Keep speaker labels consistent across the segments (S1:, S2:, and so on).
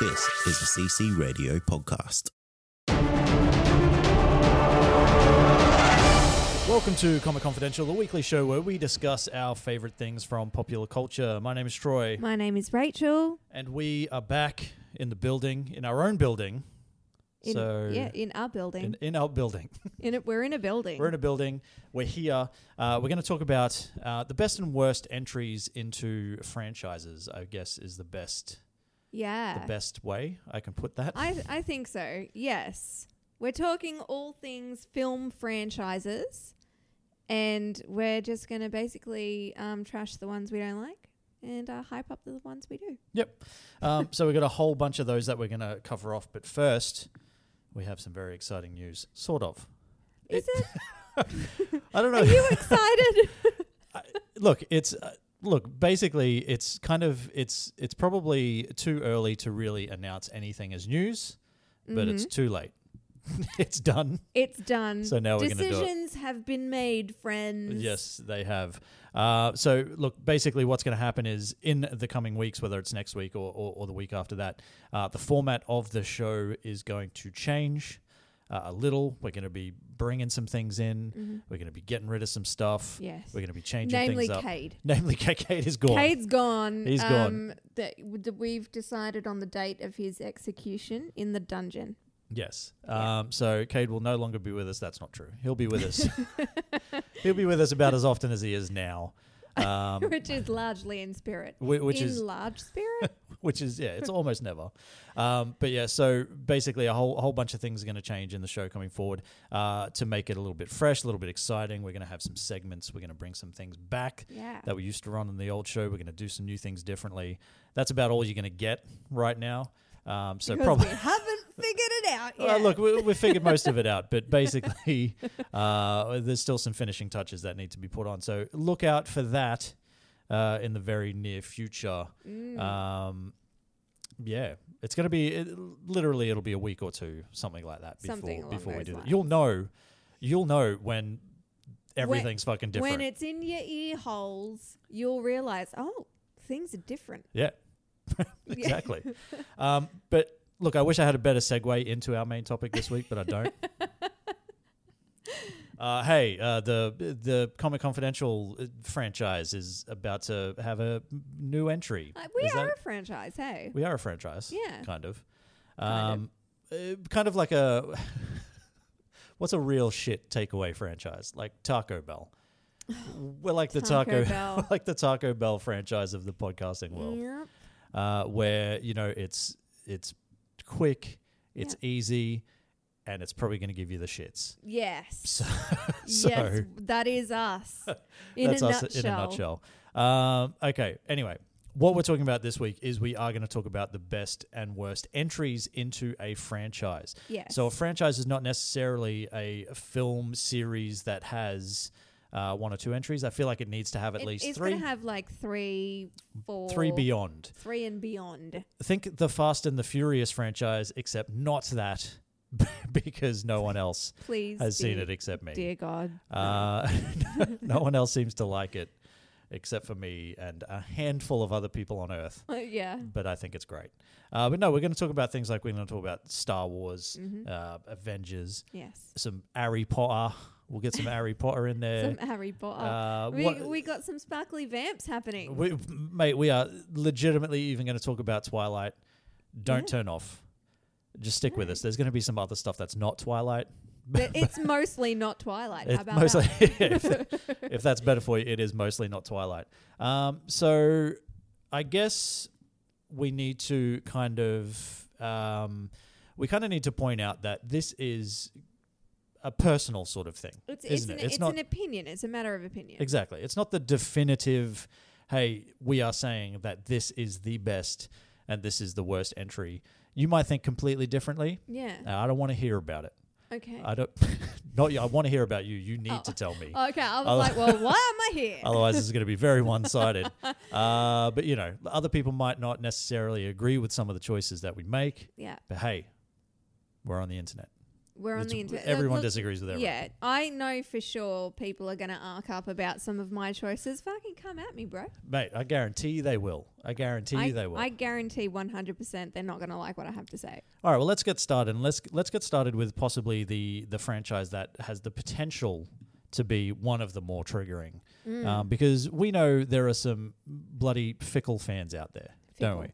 S1: This is the CC Radio podcast.
S2: Welcome to Comic Confidential, the weekly show where we discuss our favorite things from popular culture. My name is Troy,
S3: My name is Rachel.
S2: and we are back in the building, in our own building.
S3: In,
S2: so,
S3: yeah, in our building.
S2: in,
S3: In,
S2: in our building.
S3: it, we're in a building.
S2: We're in a building. We're here. Uh, we're going to talk about uh, the best and worst entries into franchises. I guess is the best
S3: yeah.
S2: the best way I can put that.
S3: Uh, I I think so. Yes. We're talking all things film franchises, and we're just going to basically um, trash the ones we don't like and uh, hype up the ones we do.
S2: Yep. Um, so we've got a whole bunch of those that we're going to cover off. But first, we have some very exciting news. Sort of.
S3: Is it?
S2: I don't know.
S3: Are you excited?
S2: look it's uh, look basically it's kind of it's it's probably too early to really announce anything as news but it's
S3: Mm-hmm.
S2: too late it's done
S3: it's done.
S2: So now we're gonna do it.
S3: decisions have been made, friends.
S2: yes they have uh, so look basically what's going to happen is in the coming weeks whether it's next week or, or, or the week after that uh, the format of the show is going to change uh, a little we're going to be bringing some things in we're going to be getting rid of some stuff
S3: Mm-hmm. Yes.
S2: we're going to be changing
S3: Namely,
S2: things up
S3: Cade.
S2: namely Cade is gone
S3: Cade's gone. um,
S2: He's gone.
S3: that- that we've decided on the date of his execution in the dungeon.
S2: Yes. Um, so Cade will no longer be with us. That's not true. He'll be with us. He'll be with us about as often as he is now, um,
S3: which is largely in spirit.
S2: Whi- which
S3: in
S2: is-
S3: large spirit.
S2: which is yeah, it's almost never. Um, but yeah, so basically a whole a whole bunch of things are going to change in the show coming forward uh, to make it a little bit fresh, a little bit exciting. We're going to have some segments. We're going to bring some things back
S3: Yeah.
S2: that we used to run in the old show. We're going to do some new things differently. That's about all you're going to get right now. Um, so
S3: Because
S2: probably
S3: we haven't figured it out yet.
S2: Uh, look, we, we figured most of it out, but basically, uh, there's still some finishing touches that need to be put on. So look out for that uh, in the very near future.
S3: Mm.
S2: Um, yeah, it's going to be it, literally it'll be a week or two, something like that. Before
S3: Something along
S2: before we
S3: those
S2: do that,
S3: lines.
S2: you'll know, you'll know when everything's fucking different.
S3: when it's in your ear holes, you'll realize, oh, things are different.
S2: Yeah, exactly. um, but look, I wish I had a better segue into our main topic this week, but I don't. Uh, hey, uh, the the Comic Confidential uh, franchise is about to have a m- new entry.
S3: Like, we
S2: Is
S3: are
S2: that-
S3: a franchise, hey.
S2: we are a franchise,
S3: Yeah.
S2: kind of, um,
S3: Kind
S2: kind of, kind of like a what's a real shit takeaway franchise like Taco Bell. We're like the Taco,
S3: Taco Bell. Mm.
S2: we're like the Taco Bell franchise of the podcasting world
S3: Yep.
S2: uh, where you know it's it's quick, it's easy, and it's probably going to give you the shits.
S3: Yes.
S2: So
S3: yes, that is us. In,
S2: that's
S3: a,
S2: us
S3: nutshell.
S2: in a nutshell. Um, okay. Anyway, what we're talking about this week is we are going to talk about the best and worst entries into a franchise.
S3: Yes.
S2: So a franchise is not necessarily a film series that has. Uh, one or two entries. I feel like it needs to have at
S3: It-
S2: least
S3: it's
S2: three,
S3: going to have like three, four,
S2: three beyond.
S3: three and beyond.
S2: think the Fast and the Furious franchise, except not that, because no one else
S3: Please.
S2: has seen
S3: dear-
S2: it except me.
S3: Dear God.
S2: Uh, no one else seems to like it except for me and a handful of other people on Earth.
S3: yeah.
S2: But I think it's great. Uh, but no, we're going to talk about things like we're going to talk about Star Wars,
S3: Mm-hmm.
S2: uh, Avengers,
S3: Yes.
S2: some Harry Potter. We'll get some Harry Potter in there.
S3: Some Harry Potter.
S2: uh,
S3: we,
S2: what-
S3: we got some sparkly vamps happening.
S2: We, mate, we are legitimately even going to talk about Twilight. Don't turn off. Just stick with us. There's going to be some other stuff that's not Twilight.
S3: But it's mostly not Twilight. How
S2: It
S3: about
S2: mostly,
S3: that?
S2: if, if that's better for you, it is mostly not Twilight. Um, so I guess we need to kind of um, we kind of need to point out that this is a personal sort of thing,
S3: It's, it's,
S2: isn't
S3: an,
S2: it?
S3: it's, an opinion. It's a matter of opinion.
S2: Exactly. It's not the definitive hey, we are saying that this is the best and this is the worst entry, you might think completely differently.
S3: Yeah.
S2: Uh, I don't want to hear about it.
S3: okay.
S2: I don't. not you. I want to hear about you. You need
S3: Oh.
S2: to tell me.
S3: Okay, I was
S2: I'll-
S3: like, well, why am I here?
S2: Otherwise, it's going to be very one sided. uh, but, you know, other people might not necessarily agree with some of the choices that we make.
S3: yeah,
S2: But hey, we're on the internet.
S3: we're on
S2: It's-
S3: the internet.
S2: Everyone
S3: Look,
S2: disagrees with everyone.
S3: Yeah, I know for sure people are going to arc up about some of my choices. Fucking come at me, bro.
S2: Mate, I guarantee they will. I guarantee
S3: I,
S2: you they will.
S3: I guarantee 100% they're not going to like what I have to say.
S2: All right, well, let's get started. And let's let's get started with possibly the the franchise that has the potential to be one of the more triggering, um, because we know there are some bloody fickle fans out there, don't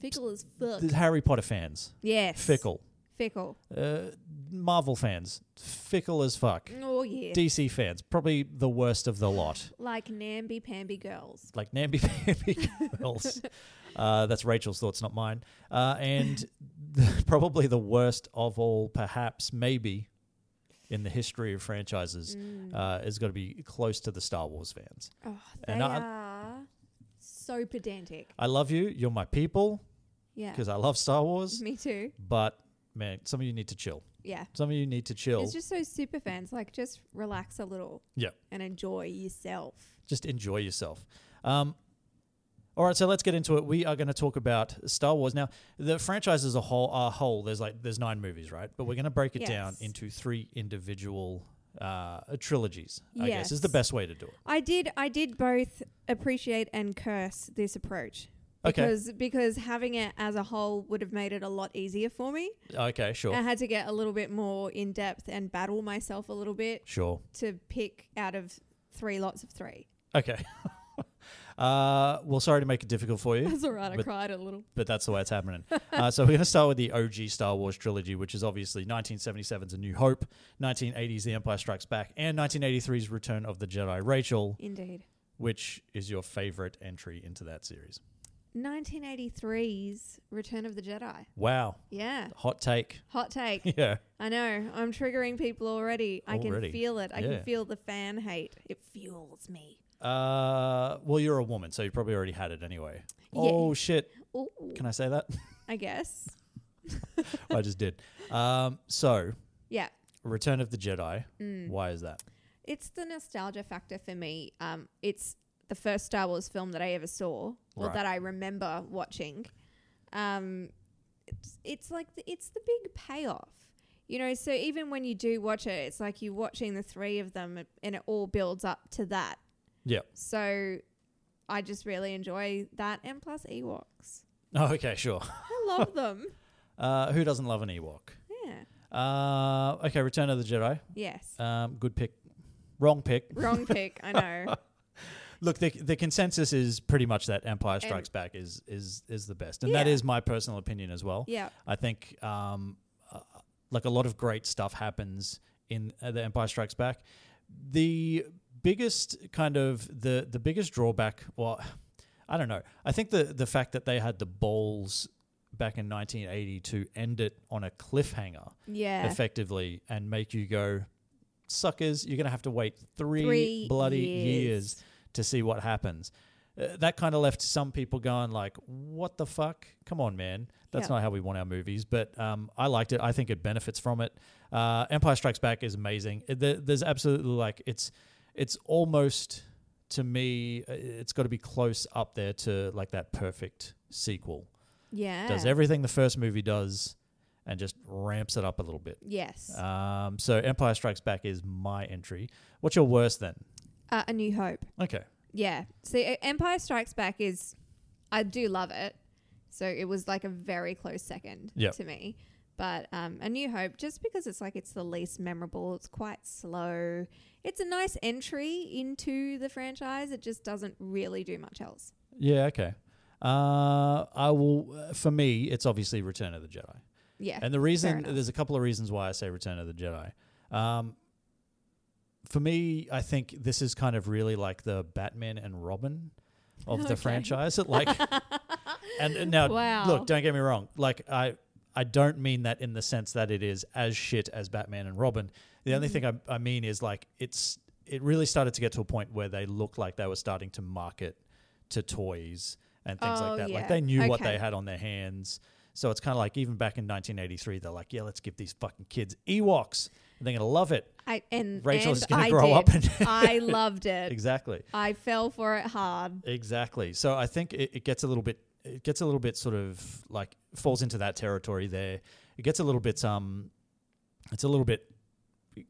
S3: Fickle as
S2: we?
S3: fuck.
S2: There's Harry Potter fans,
S3: Yes.
S2: Uh, fickle.
S3: Fickle.
S2: Uh, Marvel fans, fickle as fuck.
S3: Oh, yeah.
S2: DC fans, probably the worst of the lot.
S3: like namby-pamby girls.
S2: like namby pamby girls. Uh, that's Rachel's thoughts, not mine. Uh, and the, probably the worst of all, perhaps, maybe, in the history of franchises,
S3: Mm.
S2: uh, is going to be close to the Star Wars fans.
S3: Oh, they
S2: And I-
S3: are so pedantic.
S2: I love you. You're my people
S3: Yeah. Mm-hmm.
S2: because I love Star Wars.
S3: Me too.
S2: But man, some of you need to chill.
S3: Yeah.
S2: Some of you need to chill.
S3: It's just those super fans. Like, just relax a little
S2: yeah,
S3: and enjoy yourself.
S2: just enjoy yourself. Um, all right, so let's get into it. We are going to talk about Star Wars now. The franchise as a whole, a whole, there's like there's nine movies, right? But we're going to break it down
S3: Yes.
S2: into three individual uh, trilogies. I guess is the
S3: Yes.
S2: best way to do it.
S3: I did. I did both appreciate and curse this approach.
S2: Okay.
S3: Because because having it as a whole would have made it a lot easier for me.
S2: Okay, sure,
S3: I had to get a little bit more in depth and battle myself a little bit
S2: sure.
S3: to pick out of three lots of three.
S2: Okay. uh, well, sorry to make it difficult for you.
S3: That's all right. I
S2: But-
S3: cried a little.
S2: but that's the way it's happening. uh, so we're going to start with the OG Star Wars trilogy, which is obviously 1977's A New Hope, 1980's The Empire Strikes Back, and 1983's Return of the Jedi. Rachel,
S3: Indeed.
S2: which is your favorite entry into that series?
S3: 1983's Return of the Jedi.
S2: Wow,
S3: Yeah.
S2: hot take.
S3: Hot take.
S2: yeah,
S3: I know. I'm triggering people already. I
S2: Already.
S3: can feel it. I
S2: Yeah.
S3: can feel the fan hate. It fuels me.
S2: uh, well, you're a woman, so you probably already had it anyway.
S3: Yeah.
S2: Oh shit!
S3: Ooh,
S2: Can I say that?
S3: I guess.
S2: I just did. Um, so
S3: Yeah.
S2: Return of the Jedi.
S3: Mm.
S2: Why is that?
S3: It's the nostalgia factor for me. Um, it's the first Star Wars film that I ever saw or
S2: Right.
S3: that I remember watching. Um, it's, it's like the, it's the big payoff. You know, so even when you do watch it, it's like you're watching the three of them and it all builds up to that.
S2: Yeah.
S3: So I just really enjoy that and plus Ewoks.
S2: Oh, okay, sure.
S3: I love them.
S2: Uh, who doesn't love an Ewok?
S3: Yeah.
S2: Uh, okay, Return of the Jedi.
S3: Yes.
S2: Um, good pick. Wrong pick.
S3: Wrong pick, I know.
S2: Look, the, the consensus is pretty much that Empire
S3: And-
S2: Strikes Back is is is the best, and that
S3: Yeah.
S2: is my personal opinion as well.
S3: Yeah.
S2: I think um, uh, like a lot of great stuff happens in uh, the Empire Strikes Back. The biggest kind of the the biggest drawback, well, I don't know. I think the the fact that they had the balls back in 1980 to end it on a cliffhanger
S3: Yeah.
S2: effectively and make you go, suckers, you're going to have to wait three,
S3: Three
S2: bloody years.
S3: years."
S2: to see what happens. Uh, that kind of left some people going like, what the fuck? Come on, man. That's
S3: Yeah.
S2: not how we want our movies. But um, I liked it. I think it benefits from it. Uh, Empire Strikes Back is amazing. It- there- There's absolutely like, it's, it's almost to me, uh, it's got to be close up there to like that perfect sequel.
S3: yeah.
S2: Does everything the first movie does and just ramps it up a little bit.
S3: Yes. Uh,
S2: Um, so Empire Strikes Back is my entry. What's your worst then?
S3: Uh, A New Hope.
S2: Okay.
S3: Yeah. See, E- Empire Strikes Back is, I do love it. So it was like a very close second
S2: Yep.
S3: to me. But um, A New Hope, just because it's like it's the least memorable, it's quite slow. It's a nice entry into the franchise. It just doesn't really do much else.
S2: Yeah. Okay. Uh, I will. For me, it's obviously Return of the Jedi,
S3: Yeah.
S2: and the
S3: fair
S2: reason
S3: enough.
S2: there's a couple of reasons why I say Return of the Jedi. Um, for me, I think this is kind of really like the Batman and Robin of the
S3: Okay.
S2: franchise. It like, and, and now
S3: Wow.
S2: look, don't get me wrong. Like I, I don't mean that
S3: Mm-hmm.
S2: in the sense that it is as shit as Batman and Robin. The only thing I, I mean is like it's it really started to get to a point where they looked like they were starting to market to toys and things
S3: Oh,
S2: like that.
S3: yeah.
S2: Like they knew what
S3: Okay.
S2: they had on their hands. So it's kind of like even back in 1983, they're like, yeah, let's give these fucking kids Ewoks. And they're going to love it.
S3: I and
S2: Rachel's
S3: and
S2: gonna
S3: I
S2: grow up
S3: did.
S2: and-
S3: I loved it.
S2: Exactly.
S3: I fell for it hard.
S2: Exactly. So I think it, it gets a little bit it gets a little bit sort of like falls into that territory there. It gets a little bit um it's a little bit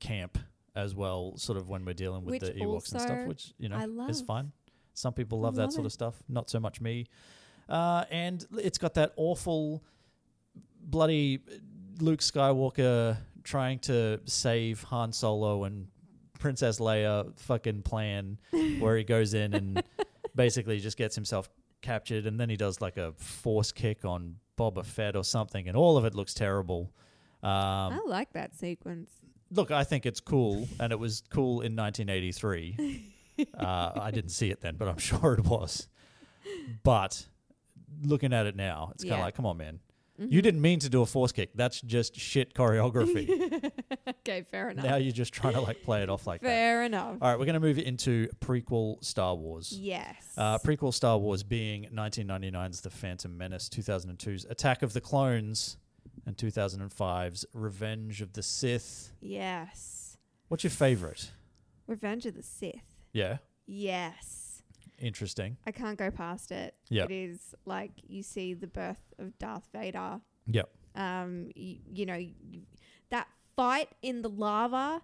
S2: camp as well, sort of when we're dealing with
S3: Which
S2: the Ewoks and
S3: also
S2: stuff, which you know
S3: I
S2: is
S3: love.
S2: fine. Some people love that
S3: love
S2: sort
S3: it.
S2: of stuff, not so much me. Uh, and l- it's got that awful bloody Luke Skywalker trying to save Han Solo and Princess Leia fucking plan where he goes in and basically just gets himself captured and then he does like a force kick on Boba Fett or something and all of it looks terrible. Um,
S3: I like that sequence.
S2: Look, I think it's cool and it was cool in 1983. uh, I didn't see it then, but I'm sure it was. But looking at it now, it's kind of
S3: Yeah. Mm-hmm.
S2: like, come on, man. You didn't mean to do a force kick. That's just shit choreography.
S3: Okay, fair enough.
S2: now you're just trying to like play it off like that.
S3: fair enough.
S2: All right, we're going to move into prequel Star Wars.
S3: Yes.
S2: Uh, prequel Star Wars being 1999's The Phantom Menace, 2002's Attack of the Clones, and 2005's Revenge of the Sith.
S3: yes.
S2: What's your favorite?
S3: Revenge of the Sith.
S2: Yeah,
S3: Yes.
S2: interesting.
S3: I can't go past it.
S2: Yeah.
S3: It is like you see the birth of Darth Vader.
S2: Yep.
S3: Um, you, you know, you, that fight in the lava,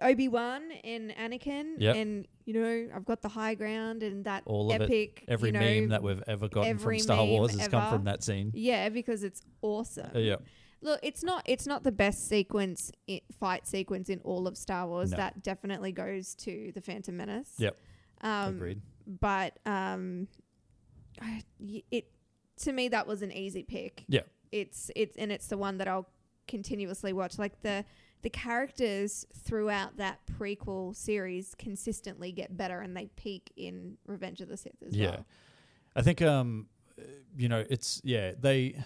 S3: Obi Wan and Anakin,
S2: Yep.
S3: and you know, I've got the high ground and that
S2: All of
S3: epic.
S2: it. Every
S3: you know,
S2: meme that we've ever gotten from
S3: every
S2: Star
S3: meme
S2: Wars has come
S3: ever.
S2: from that scene.
S3: Yeah, because it's awesome.
S2: Uh, yeah.
S3: Look, it's not it's not the best sequence i fight sequence in all of Star Wars.
S2: No.
S3: That definitely goes to the Phantom Menace.
S2: Yep.
S3: Um,
S2: Agreed.
S3: But um, I- y- it to me that was an easy pick.
S2: Yeah.
S3: It's it's and it's the one that I'll continuously watch. Like the the characters throughout that prequel series consistently get better, and they peak in Revenge of the Sith as
S2: Yeah.
S3: well.
S2: I think um uh, you know, it's yeah, they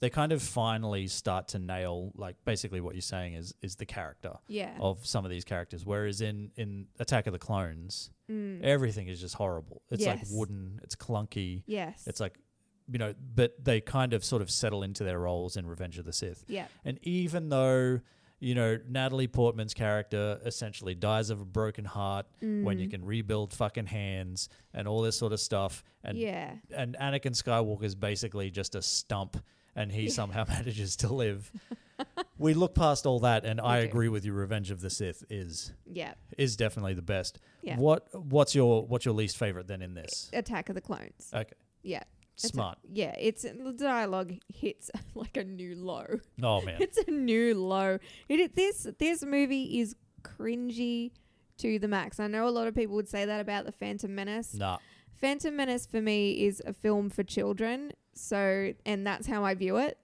S2: they kind of finally start to nail like basically what you're saying is is the character.
S3: Yeah.
S2: of some of these characters. Whereas in in Attack of the Clones, everything is just horrible. It's like
S3: Mm. Yes.
S2: wooden. It's clunky.
S3: Yes.
S2: It's like you know, but they kind of sort of settle into their roles in Revenge of the Sith.
S3: Yeah.
S2: And even though you know Natalie Portman's character essentially dies of a broken heart when
S3: Mm.
S2: you can rebuild fucking hands and all this sort of stuff, and
S3: yeah.
S2: and Anakin Skywalker is basically just a stump, and he somehow manages to live. we look past all that, and I
S3: do.
S2: agree with you. Revenge of the Sith is
S3: Yeah.
S2: is definitely the best.
S3: Yeah.
S2: What what's your what's your least favorite then in this?
S3: Attack of the Clones.
S2: Okay,
S3: Yeah. It's a-
S2: smart.
S3: yeah, it's the dialogue hits like a new low.
S2: Oh man,
S3: It's a new low. It, it- this this movie is cringy to the max. I know a lot of people would say that about the Phantom Menace.
S2: nah.
S3: Phantom Menace for me is a film for children. So and that's how I view it.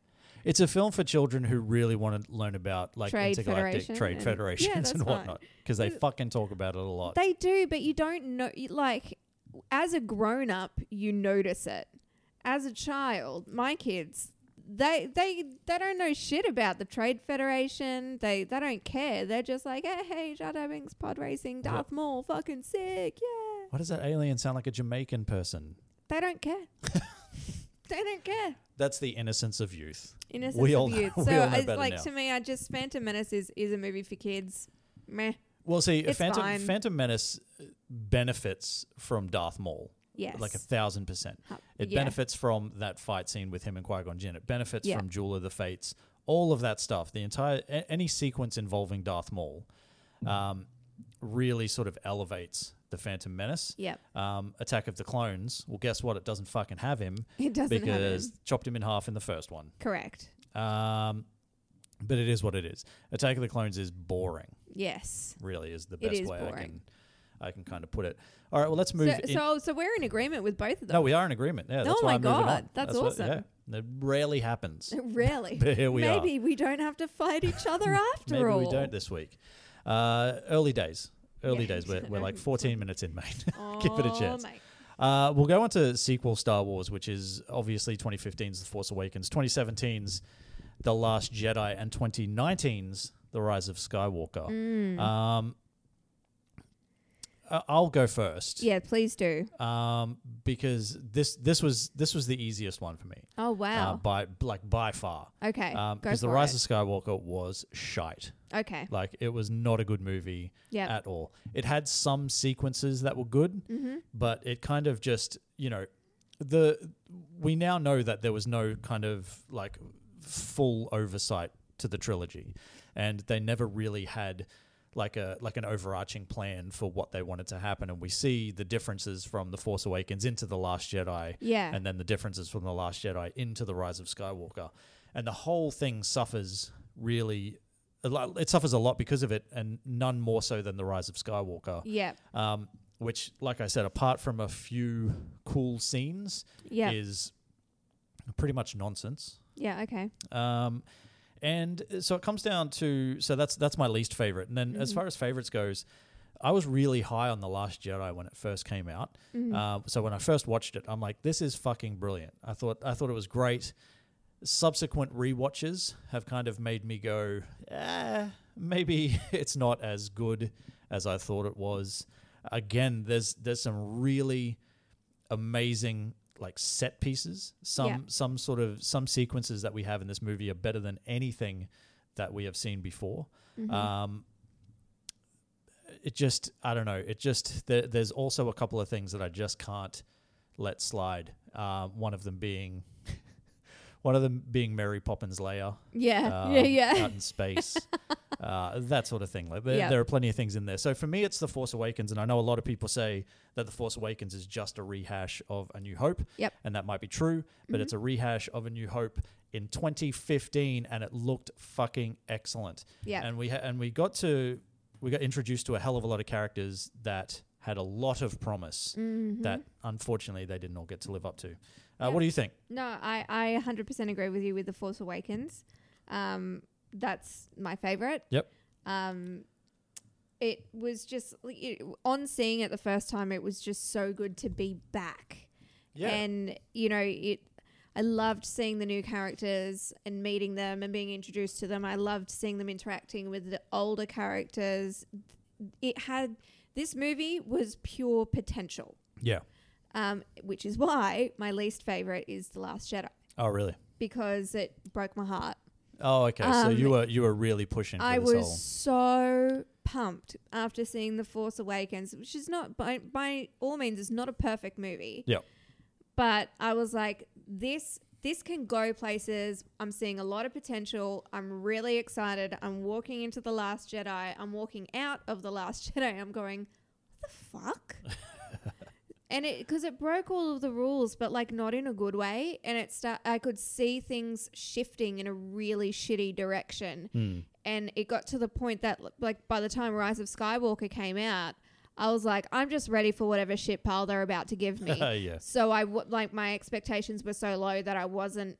S2: It's a film for children who really want to learn about like
S3: Trade
S2: intergalactic
S3: federation
S2: trade
S3: and-
S2: federations
S3: Yeah, that's
S2: and
S3: fine.
S2: whatnot because they fucking talk about it a lot.
S3: They do, but you don't know. you- Like, as a grown up, you notice it. As a child, my kids, they they they don't know shit about the Trade Federation. They they don't care. They're just like, hey, hey, Jar Binks, pod racing, Darth Maul, fucking sick, yeah.
S2: Why does that alien sound like a Jamaican person?
S3: They don't care. they don't care.
S2: That's the innocence of youth.
S3: Innocence
S2: We
S3: of
S2: all know-
S3: youth.
S2: we
S3: So,
S2: all know
S3: it's
S2: better
S3: like
S2: now.
S3: to me, I just Phantom Menace is is a movie for kids. Meh.
S2: Well, see,
S3: It's
S2: Phantom
S3: fine.
S2: Phantom Menace uh, benefits from Darth Maul.
S3: Yes.
S2: Like a thousand percent.
S3: Hu-
S2: It
S3: yeah.
S2: benefits from that fight scene with him and Qui Gon Jinn. It benefits
S3: Yeah.
S2: from Jewel of the Fates. All of that stuff. The entire a- any sequence involving Darth Maul,
S3: Mm-hmm.
S2: um, really sort of elevates the Phantom Menace.
S3: Yep.
S2: Um, Attack of the Clones. Well, guess what? It doesn't fucking have him.
S3: It doesn't have
S2: because
S3: him.
S2: chopped him in half in the first one.
S3: Correct.
S2: Um, but it is what it is. Attack of the Clones is boring
S3: Yes.
S2: really is the
S3: It
S2: best
S3: is
S2: way I
S3: boring.
S2: can I can kind of put it. All right, well let's move.
S3: So,
S2: in.
S3: so so we're in agreement with both of them.
S2: no, we are in agreement. Yeah, that's
S3: Oh
S2: why
S3: my
S2: I'm moving
S3: God,
S2: on.
S3: that's
S2: what-
S3: awesome.
S2: yeah, it rarely happens.
S3: Really?
S2: But here we are.
S3: Maybe we don't have to fight each other after
S2: Maybe
S3: all.
S2: we don't this week. Uh, early days, early
S3: Yeah.
S2: days. We're, we're like 14 minutes in, mate. Give it a
S3: Oh,
S2: chance.
S3: mate.
S2: Uh, we'll go on to sequel Star Wars, which is obviously 2015's The Force Awakens, 2017's
S3: Mm.
S2: The Last Jedi, and 2019's The Rise of Skywalker. Um, I- I'll go first.
S3: Yeah, please do.
S2: Um, because this this was this was the easiest one for me.
S3: Oh
S2: Uh,
S3: wow.
S2: by like by far.
S3: okay.
S2: Um,
S3: go
S2: because The
S3: for
S2: Rise
S3: it.
S2: of Skywalker was shite.
S3: Okay.
S2: Like it was not a good movie
S3: Yep.
S2: at all. It had some sequences that were good,
S3: Mm-hmm.
S2: but it kind of just you know the we now know that there was no kind of like full oversight to the trilogy, and they never really had like a like an overarching plan for what they wanted to happen and we see the differences from the force awakens into the last jedi
S3: Yeah.
S2: and then the differences from the last jedi into the rise of skywalker and the whole thing suffers really a lot- it suffers a lot because of it and none more so than the rise of skywalker
S3: Yeah.
S2: um, which like i said apart from a few cool scenes
S3: Yeah.
S2: is pretty much nonsense
S3: Yeah. Okay.
S2: um, and uh, so it comes down to so that's that's my least favorite. And then as far as favorites goes, I was really high on the Last Jedi when it first came out. Uh, so when I first watched it, I'm like, this is fucking brilliant. I thought I thought it was great. Subsequent rewatches have kind of made me go, eh, maybe it's not as good as I thought it was. Again, there's there's some really amazing like set pieces. Some
S3: Yeah.
S2: some sort of some sequences that we have in this movie are better than anything that we have seen before. Um, it just I don't know. It just there, there's also a couple of things that I just can't let slide. Um, one of them being one of them being Mary Poppins Leia.
S3: Yeah.
S2: um,
S3: yeah. Yeah.
S2: Out in space. Uh, that sort of thing. Like there,
S3: Yeah.
S2: there are plenty of things in there. So for me, it's The Force Awakens, and I know a lot of people say that The Force Awakens is just a rehash of A New Hope,
S3: Yep. Mm-hmm.
S2: and that might be true, but it's a rehash of A New Hope in 2015, and it looked fucking excellent.
S3: Yeah.
S2: and we ha- and we got to we got introduced to a hell of a lot of characters that had a lot of promise
S3: Mm-hmm.
S2: that unfortunately they didn't all get to live up to. Uh, What do you think?
S3: No, I, I 100% agree with you with The Force Awakens. Um, that's my favorite.
S2: Yep.
S3: Um, it was just, like, it, on seeing it the first time, it was just so good to be back. And, you know, it. I loved seeing the new characters and meeting them and being introduced to them. I loved seeing them interacting with the older characters. It had, this movie was pure potential,
S2: yeah.
S3: um, which is why my least favorite is The Last Jedi
S2: Oh really?
S3: Um, because it broke my heart.
S2: Oh okay. so
S3: Um,
S2: you were you were really pushing. For
S3: I
S2: this
S3: was
S2: whole-
S3: so pumped after seeing The Force Awakens, which is not by by all means it's not a perfect movie.
S2: Yep.
S3: But I was like, this this can go places. I'm seeing a lot of potential. I'm really excited. I'm walking into The Last Jedi. I'm walking out of The Last Jedi. I'm going, what the fuck? and it because it broke all of the rules, but like not in a good way. And it start I could see things shifting in a really shitty direction.
S2: Hmm.
S3: And it got to the point that like by the time Rise of Skywalker came out, I was like, I'm just ready for whatever shit pile they're about to give me.
S2: Yeah.
S3: So I w- like my expectations were so low that I wasn't.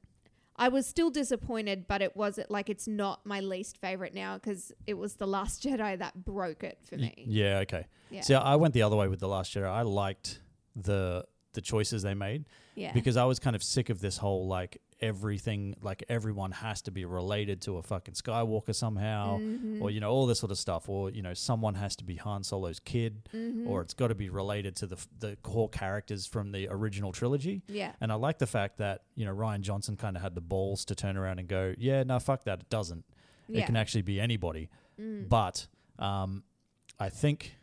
S3: I was still disappointed, but it wasn't like it's not my least favorite now because it was the Last Jedi that broke it for me.
S2: Yeah, okay.
S3: Yeah.
S2: See, I went the other way with the Last Jedi. I liked the the choices they made
S3: Yeah.
S2: because I was kind of sick of this whole like everything, like everyone has to be related to a fucking Skywalker somehow,
S3: Mm-hmm.
S2: or you know all this sort of stuff, or you know someone has to be Han Solo's kid,
S3: Mm-hmm.
S2: or it's got to be related to the f- the core characters from the original trilogy.
S3: Yeah.
S2: And I like the fact that you know Ryan Johnson kind of had the balls to turn around and go, yeah, no, fuck that, it doesn't. It
S3: Yeah. Mm.
S2: can actually be anybody. But um, I think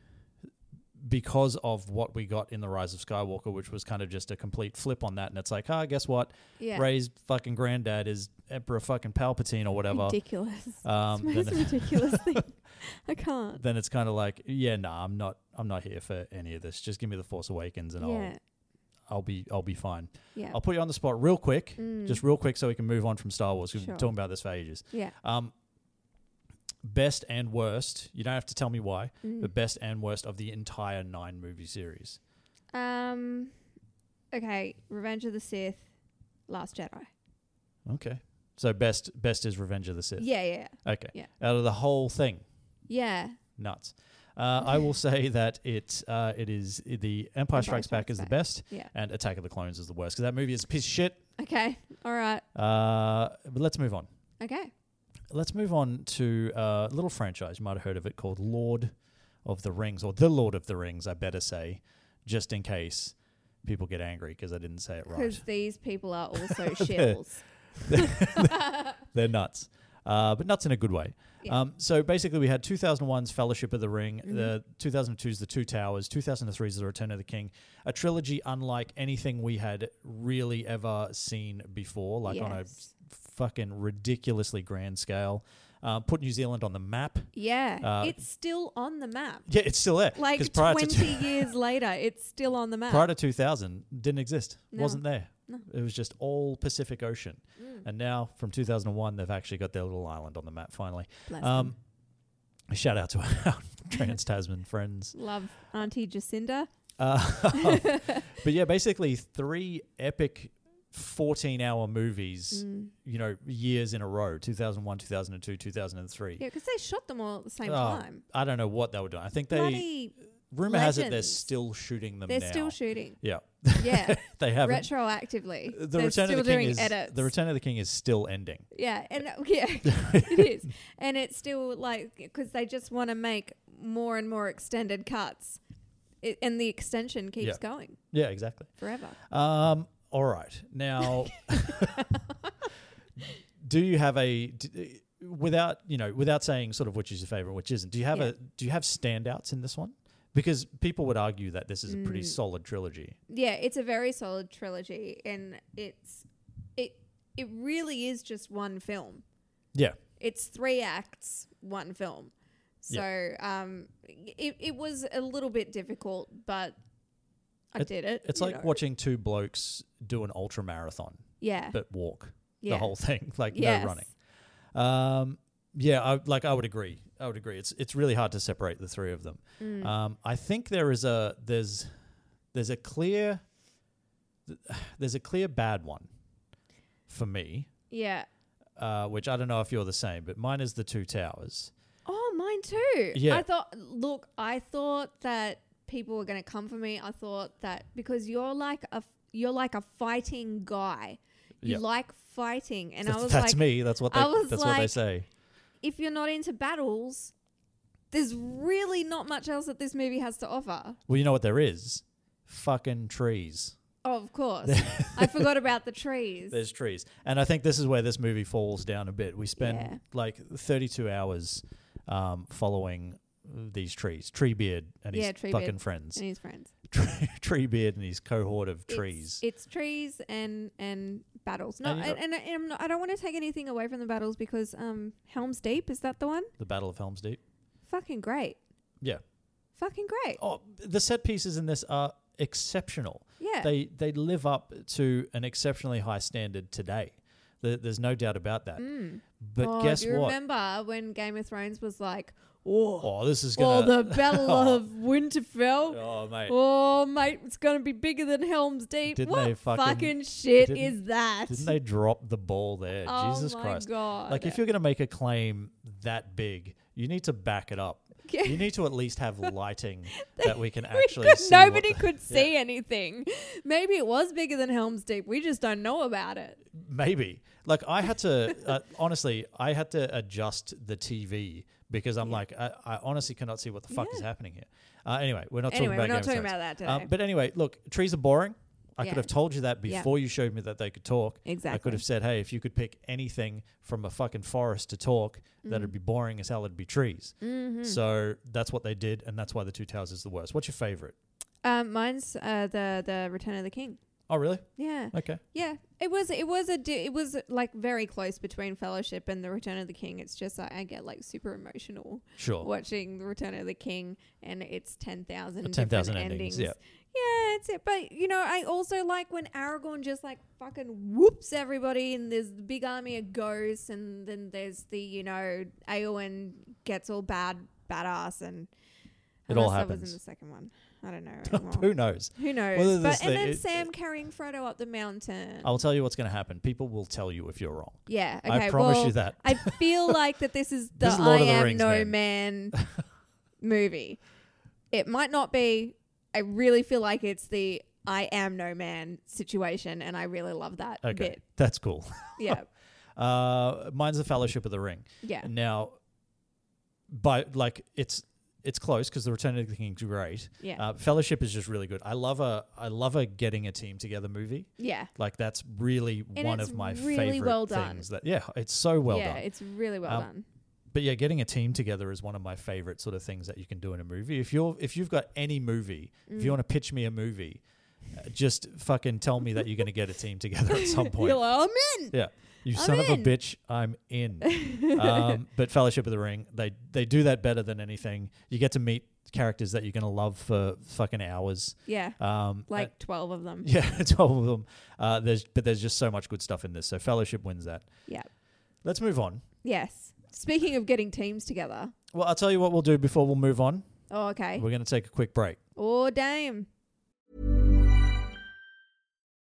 S2: because of what we got in the Rise of Skywalker, which was kind of just a complete flip on that, and it's like, ah, guess what?
S3: Yeah.
S2: Ray's fucking granddad is Emperor fucking Palpatine or whatever.
S3: ridiculous.
S2: Um,
S3: it's the
S2: then,
S3: most ridiculous thing. I can't.
S2: then it's kind of like, yeah, nah, I'm not, I'm not here for any of this. Just give me the Force Awakens, and
S3: Yeah.
S2: I'll, I'll be, I'll be fine.
S3: Yeah. Mm,
S2: I'll put you on the spot real quick, just real quick, so we can move on from Star Wars. 'cause We've
S3: Sure.
S2: been talking about this for ages.
S3: yeah.
S2: Um, best and worst. You don't have to tell me why,
S3: mm.
S2: but best and worst of the entire nine movie series.
S3: Um. Okay. Revenge of the Sith, Last Jedi.
S2: Okay. So best best is Revenge of the Sith.
S3: Yeah. Yeah.
S2: Okay.
S3: Yeah.
S2: Out of the whole thing,
S3: Yeah.
S2: nuts. Uh, I will say that it uh, it is the Empire, Strikes Back is the best,
S3: Yeah.
S2: and Attack of the Clones is the worst because that movie is piss shit.
S3: Okay. All right.
S2: Uh, but let's move on.
S3: Okay.
S2: Let's move on to uh, a little franchise you might have heard of it called Lord of the Rings, or The Lord of the Rings, I better say, just in case people get angry because I didn't say it
S3: Because
S2: right.
S3: these people are also shills.
S2: They're nuts, uh, but nuts in a good way. Um, so basically, we had 2001's Fellowship of the Ring, the 2002's The Two Towers, 2003's The Return of the King, a trilogy unlike anything we had really ever seen before, like on a
S3: Yes.
S2: fucking ridiculously grand scale. Uh, put New Zealand on the map.
S3: Yeah,
S2: Uh,
S3: it's still on the map.
S2: Yeah, it's still there. 'cause
S3: Like
S2: prior
S3: 20
S2: to
S3: years later, it's still on the map.
S2: prior to 2000 didn't exist
S3: No. Mm.
S2: wasn't there it was just all pacific ocean and now from 2001 they've actually got their little island on the map finally
S3: Bless
S2: um, shout out to our trans-tasman friends
S3: Love Auntie Jacinda.
S2: uh, but yeah basically three epic 14 hour movies
S3: Mm.
S2: you know years in a row 2001 2002 2003
S3: Yeah, because they shot them all at the same
S2: Oh,
S3: time.
S2: i don't know what they were doing i think they
S3: Bloody,
S2: rumor has it they're
S3: legends.
S2: still shooting them
S3: they're
S2: now
S3: still shooting.
S2: yeah
S3: Yeah,
S2: they haven't
S3: retroactively.
S2: the
S3: they're
S2: return
S3: still
S2: of the king
S3: doing
S2: is
S3: edits.
S2: the return of the king is still ending
S3: Yeah, and uh, yeah, it is, and it's still like because they just want to make more and more extended cuts, it, and the extension keeps
S2: Yeah.
S3: going
S2: yeah exactly
S3: forever.
S2: um all right now do you have a d- without you know without saying sort of which is your favorite which isn't do you have
S3: Yeah.
S2: a do you have standouts in this one because people would argue that this is a
S3: Mm.
S2: pretty solid trilogy
S3: Yeah, it's a very solid trilogy, and it's it it really is just one film.
S2: yeah
S3: It's three acts, one film. So um, it it was a little bit difficult, but I
S2: It-
S3: did it.
S2: it's
S3: you
S2: like
S3: know.
S2: watching two blokes do an ultra marathon
S3: yeah,
S2: but walk the
S3: Yeah.
S2: whole thing like
S3: Yes.
S2: no running Um, yeah, I, like I would agree. I would agree. It's it's really hard to separate the three of them.
S3: Mm.
S2: Um, I think there is a there's there's a clear there's a clear bad one for me,
S3: yeah.
S2: uh, which I don't know if you're the same, but mine is the two towers.
S3: Oh, mine too.
S2: Yeah.
S3: I thought, look, I thought that people were going to come for me. I thought that because you're like a you're like a fighting guy. You
S2: Yeah.
S3: like fighting, and I was
S2: that's
S3: like,
S2: me. That's what they,
S3: I was
S2: that's what they
S3: like-
S2: say.
S3: if you're not into battles, there's really not much else that this movie has to offer.
S2: Well, you know what there is? Fucking trees.
S3: Oh, of course, I forgot about the trees.
S2: There's trees. And I think this is where this movie falls down a bit. We spend
S3: Yeah.
S2: like 32 hours um, following these trees Treebeard and his
S3: Yeah, Treebeard.
S2: fucking friends.
S3: and his friends.
S2: Treebeard and his cohort of
S3: It's-
S2: trees.
S3: It's, trees and and battles. No,
S2: And
S3: and,
S2: you know-
S3: and, I- I'm not, I don't want to take anything away from the battles because um, Helm's Deep is that the one?
S2: the Battle of Helm's Deep.
S3: Fucking great.
S2: Yeah.
S3: Fucking great.
S2: Oh, the set pieces in this are exceptional.
S3: Yeah.
S2: They they live up to an exceptionally high standard today. There- There's no doubt about that. But
S3: oh,
S2: guess
S3: do you
S2: what?
S3: remember when Game of Thrones was like, oh,
S2: Oh, this is
S3: oh
S2: gonna.
S3: the Battle of Winterfell?
S2: Oh, mate.
S3: Oh, mate, it's going to be bigger than Helm's Deep.
S2: Didn't
S3: what
S2: they fucking-
S3: shit
S2: didn't-
S3: is that?
S2: Didn't they drop the ball there?
S3: Oh
S2: Jesus
S3: my
S2: Christ.
S3: God.
S2: Like if you're going to make a claim that big, you need to back it up.
S3: Yeah.
S2: You need to at least have lighting that we can
S3: We
S2: actually
S3: could-
S2: see. what
S3: nobody
S2: the-
S3: could see anything. Maybe it was bigger than Helm's Deep. We just don't know about it.
S2: Maybe. Like I had to uh, honestly, I had to adjust the TV because I'm like I, I honestly cannot see what the fuck is happening here. Uh, anyway, we're not talking
S3: Anyway,
S2: about
S3: we're not
S2: Game of
S3: talking
S2: Thrones.
S3: about that
S2: Um,
S3: today.
S2: but anyway, look, trees are boring. I
S3: Yeah.
S2: could have told you that
S3: Yeah.
S2: before you showed me that they could talk. I
S3: Exactly.
S2: could have said, hey, if you could pick anything from a fucking forest to talk, that'd
S3: Mm-hmm.
S2: be boring as hell. It'd be trees. So that's what they did, and that's why the Two Towers is the worst. What's your favorite?
S3: Um, mine's uh, the the Return of the King.
S2: Oh, really?
S3: Yeah.
S2: Okay.
S3: Yeah, it was it was a di- it was like very close between Fellowship and The Return of the King. It's just like I get like super emotional
S2: Sure.
S3: watching The Return of the King and its ten thousand
S2: 10,000
S3: different
S2: endings,
S3: endings.
S2: yeah.
S3: yeah, it's it. But you know, I also like when Aragorn just like fucking whoops everybody, and there's the big army of ghosts, and then there's the you know Aowen gets all bad badass, and
S2: It all
S3: unless that was
S2: happens.
S3: in the second one. I don't know. anymore.
S2: Who knows?
S3: Who knows?
S2: Well,
S3: but
S2: this
S3: and
S2: thing-
S3: then
S2: it-
S3: Sam carrying Frodo up the mountain.
S2: I'll tell you what's going to happen. People will tell you if you're wrong.
S3: Yeah.
S2: I
S3: Okay.
S2: promise you
S3: well,
S2: that.
S3: I feel like that this is the
S2: This is
S3: I
S2: Lord of the
S3: am
S2: Rings,
S3: no man, movie. It might not be. I really feel like it's the I am no man situation, and I really love that
S2: Okay.
S3: bit.
S2: That's cool.
S3: Yeah.
S2: Uh, mine's the Fellowship of the Ring.
S3: Yeah.
S2: Now, by like it's it's close because the Return of the King's great.
S3: Yeah.
S2: Uh, Fellowship is just really good. I love a I love a getting a team together movie.
S3: Yeah.
S2: Like that's really
S3: And
S2: one
S3: it's
S2: of my
S3: really
S2: favorite
S3: well done.
S2: things. That yeah, it's so well
S3: yeah,
S2: done.
S3: it's really well
S2: Um,
S3: done.
S2: but yeah, getting a team together is one of my favorite sort of things that you can do in a movie. If you're if you've got any movie,
S3: Mm.
S2: if you want to pitch me a movie, uh, just fucking tell me that you're going to get a team together at some point.
S3: You're like, I'm in.
S2: Yeah. You
S3: I'm
S2: son of
S3: in.
S2: a bitch, I'm in. um, but Fellowship of the Ring, they they do that better than anything. You get to meet characters that you're gonna love for fucking hours.
S3: Yeah.
S2: Um,
S3: like
S2: uh,
S3: 12 of them.
S2: yeah, it's all of them. Uh, there's but there's just so much good stuff in this. So Fellowship wins that.
S3: Yeah.
S2: Let's move on.
S3: Yes. Speaking of getting teams together.
S2: Well, I'll tell you what we'll do before we'll move on.
S3: Oh, okay.
S2: We're gonna take a quick break.
S3: Oh, damn.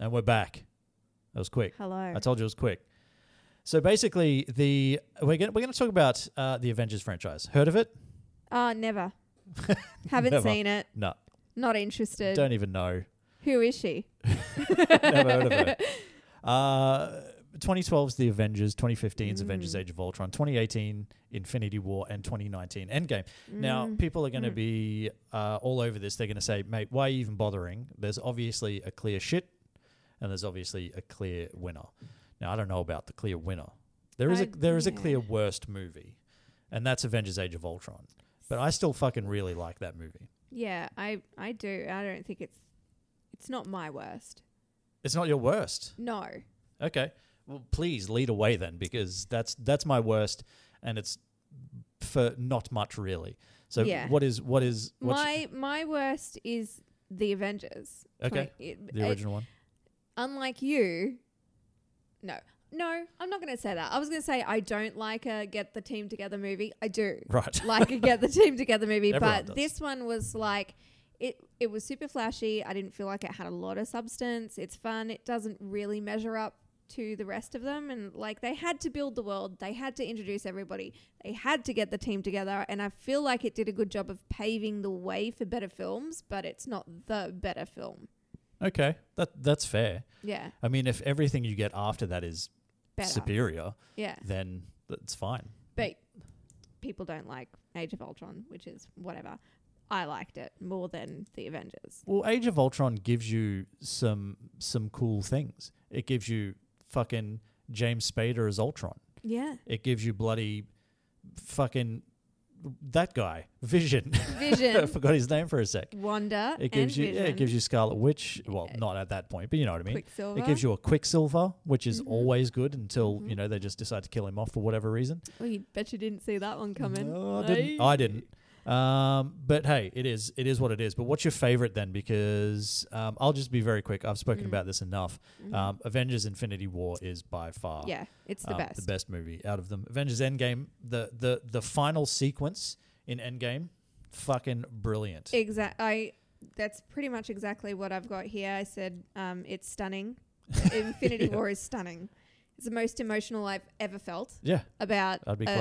S2: And we're back. That was quick.
S3: Hello.
S2: I told you it was quick. So basically, the we're gonna we're gonna talk about uh, the Avengers franchise. Heard of it?
S3: Oh, never. Haven't
S2: Never.
S3: seen it.
S2: No,
S3: Not interested.
S2: don't even know.
S3: Who is she?
S2: Never heard of her. Uh, 2012's The Avengers,
S3: Mm.
S2: 2015's Avengers Age of Ultron, 2018 Infinity War, and 2019 Endgame. Now,
S3: Mm.
S2: people are going to be uh, all over this. They're going to say, mate, why are you even bothering? There's obviously a clear shit, and there's obviously a clear winner. Now, I don't know about the clear winner. There is, a,
S3: I-
S2: there is a
S3: yeah.
S2: clear worst movie, and that's Avengers Age of Ultron. But I still fucking really like that movie.
S3: Yeah, I, I do. I don't think it's. It's not my worst.
S2: It's not your worst.
S3: No.
S2: Okay. Well, please lead away then, because that's that's my worst, and it's for not much really. So
S3: Yeah.
S2: what is what is what's
S3: my my worst is the Avengers.
S2: Okay.
S3: Twenty- it-
S2: the
S3: it-
S2: original one?
S3: unlike you, no, no, I'm not going to say that. I was going to say I don't like a get the team together movie. I do
S2: Right.
S3: like a get the team together movie,
S2: Everyone does.
S3: but this one was like it. It was super flashy. I didn't feel like it had a lot of substance. It's fun. It doesn't really measure up to the rest of them and like they had to build the world they had to introduce everybody they had to get the team together and i feel like it did a good job of paving the way for better films but it's not the better film
S2: Okay, that that's fair.
S3: yeah
S2: I mean, if everything you get after that is
S3: better
S2: superior,
S3: yeah
S2: then that's fine.
S3: But people don't like Age of Ultron, which is whatever. I liked it more than the Avengers.
S2: Well, Age of Ultron gives you some some cool things. It gives you fucking James Spader as Ultron.
S3: Yeah.
S2: It gives you bloody fucking that guy Vision. I
S3: Vision,
S2: forgot his name for a sec.
S3: Wonder,
S2: It gives
S3: and
S2: you
S3: Vision.
S2: yeah, it gives you Scarlet Witch. Well, not at that point, but you know what I mean.
S3: Quicksilver. Mm-hmm.
S2: It gives you a Quicksilver, which is always good until you know they just decide to kill him off for whatever reason.
S3: Oh, you bet you didn't see that one coming.
S2: No, I didn't. I didn't. Um, but hey, it is it is what it is. But what's your favorite then? Because um, I'll just be very quick. I've
S3: Mm.
S2: spoken about this enough. Um, Avengers: Infinity War is by far
S3: Yeah, Mm-hmm. it's the
S2: um,
S3: best.
S2: the best movie out of them. Avengers: Endgame, the the the final sequence in Endgame, fucking brilliant.
S3: Exact. I. That's pretty much exactly what I've got here. I said um, it's stunning. Infinity War is stunning. It's the most emotional I've ever felt
S2: yeah.
S3: about a,
S2: I'd be close.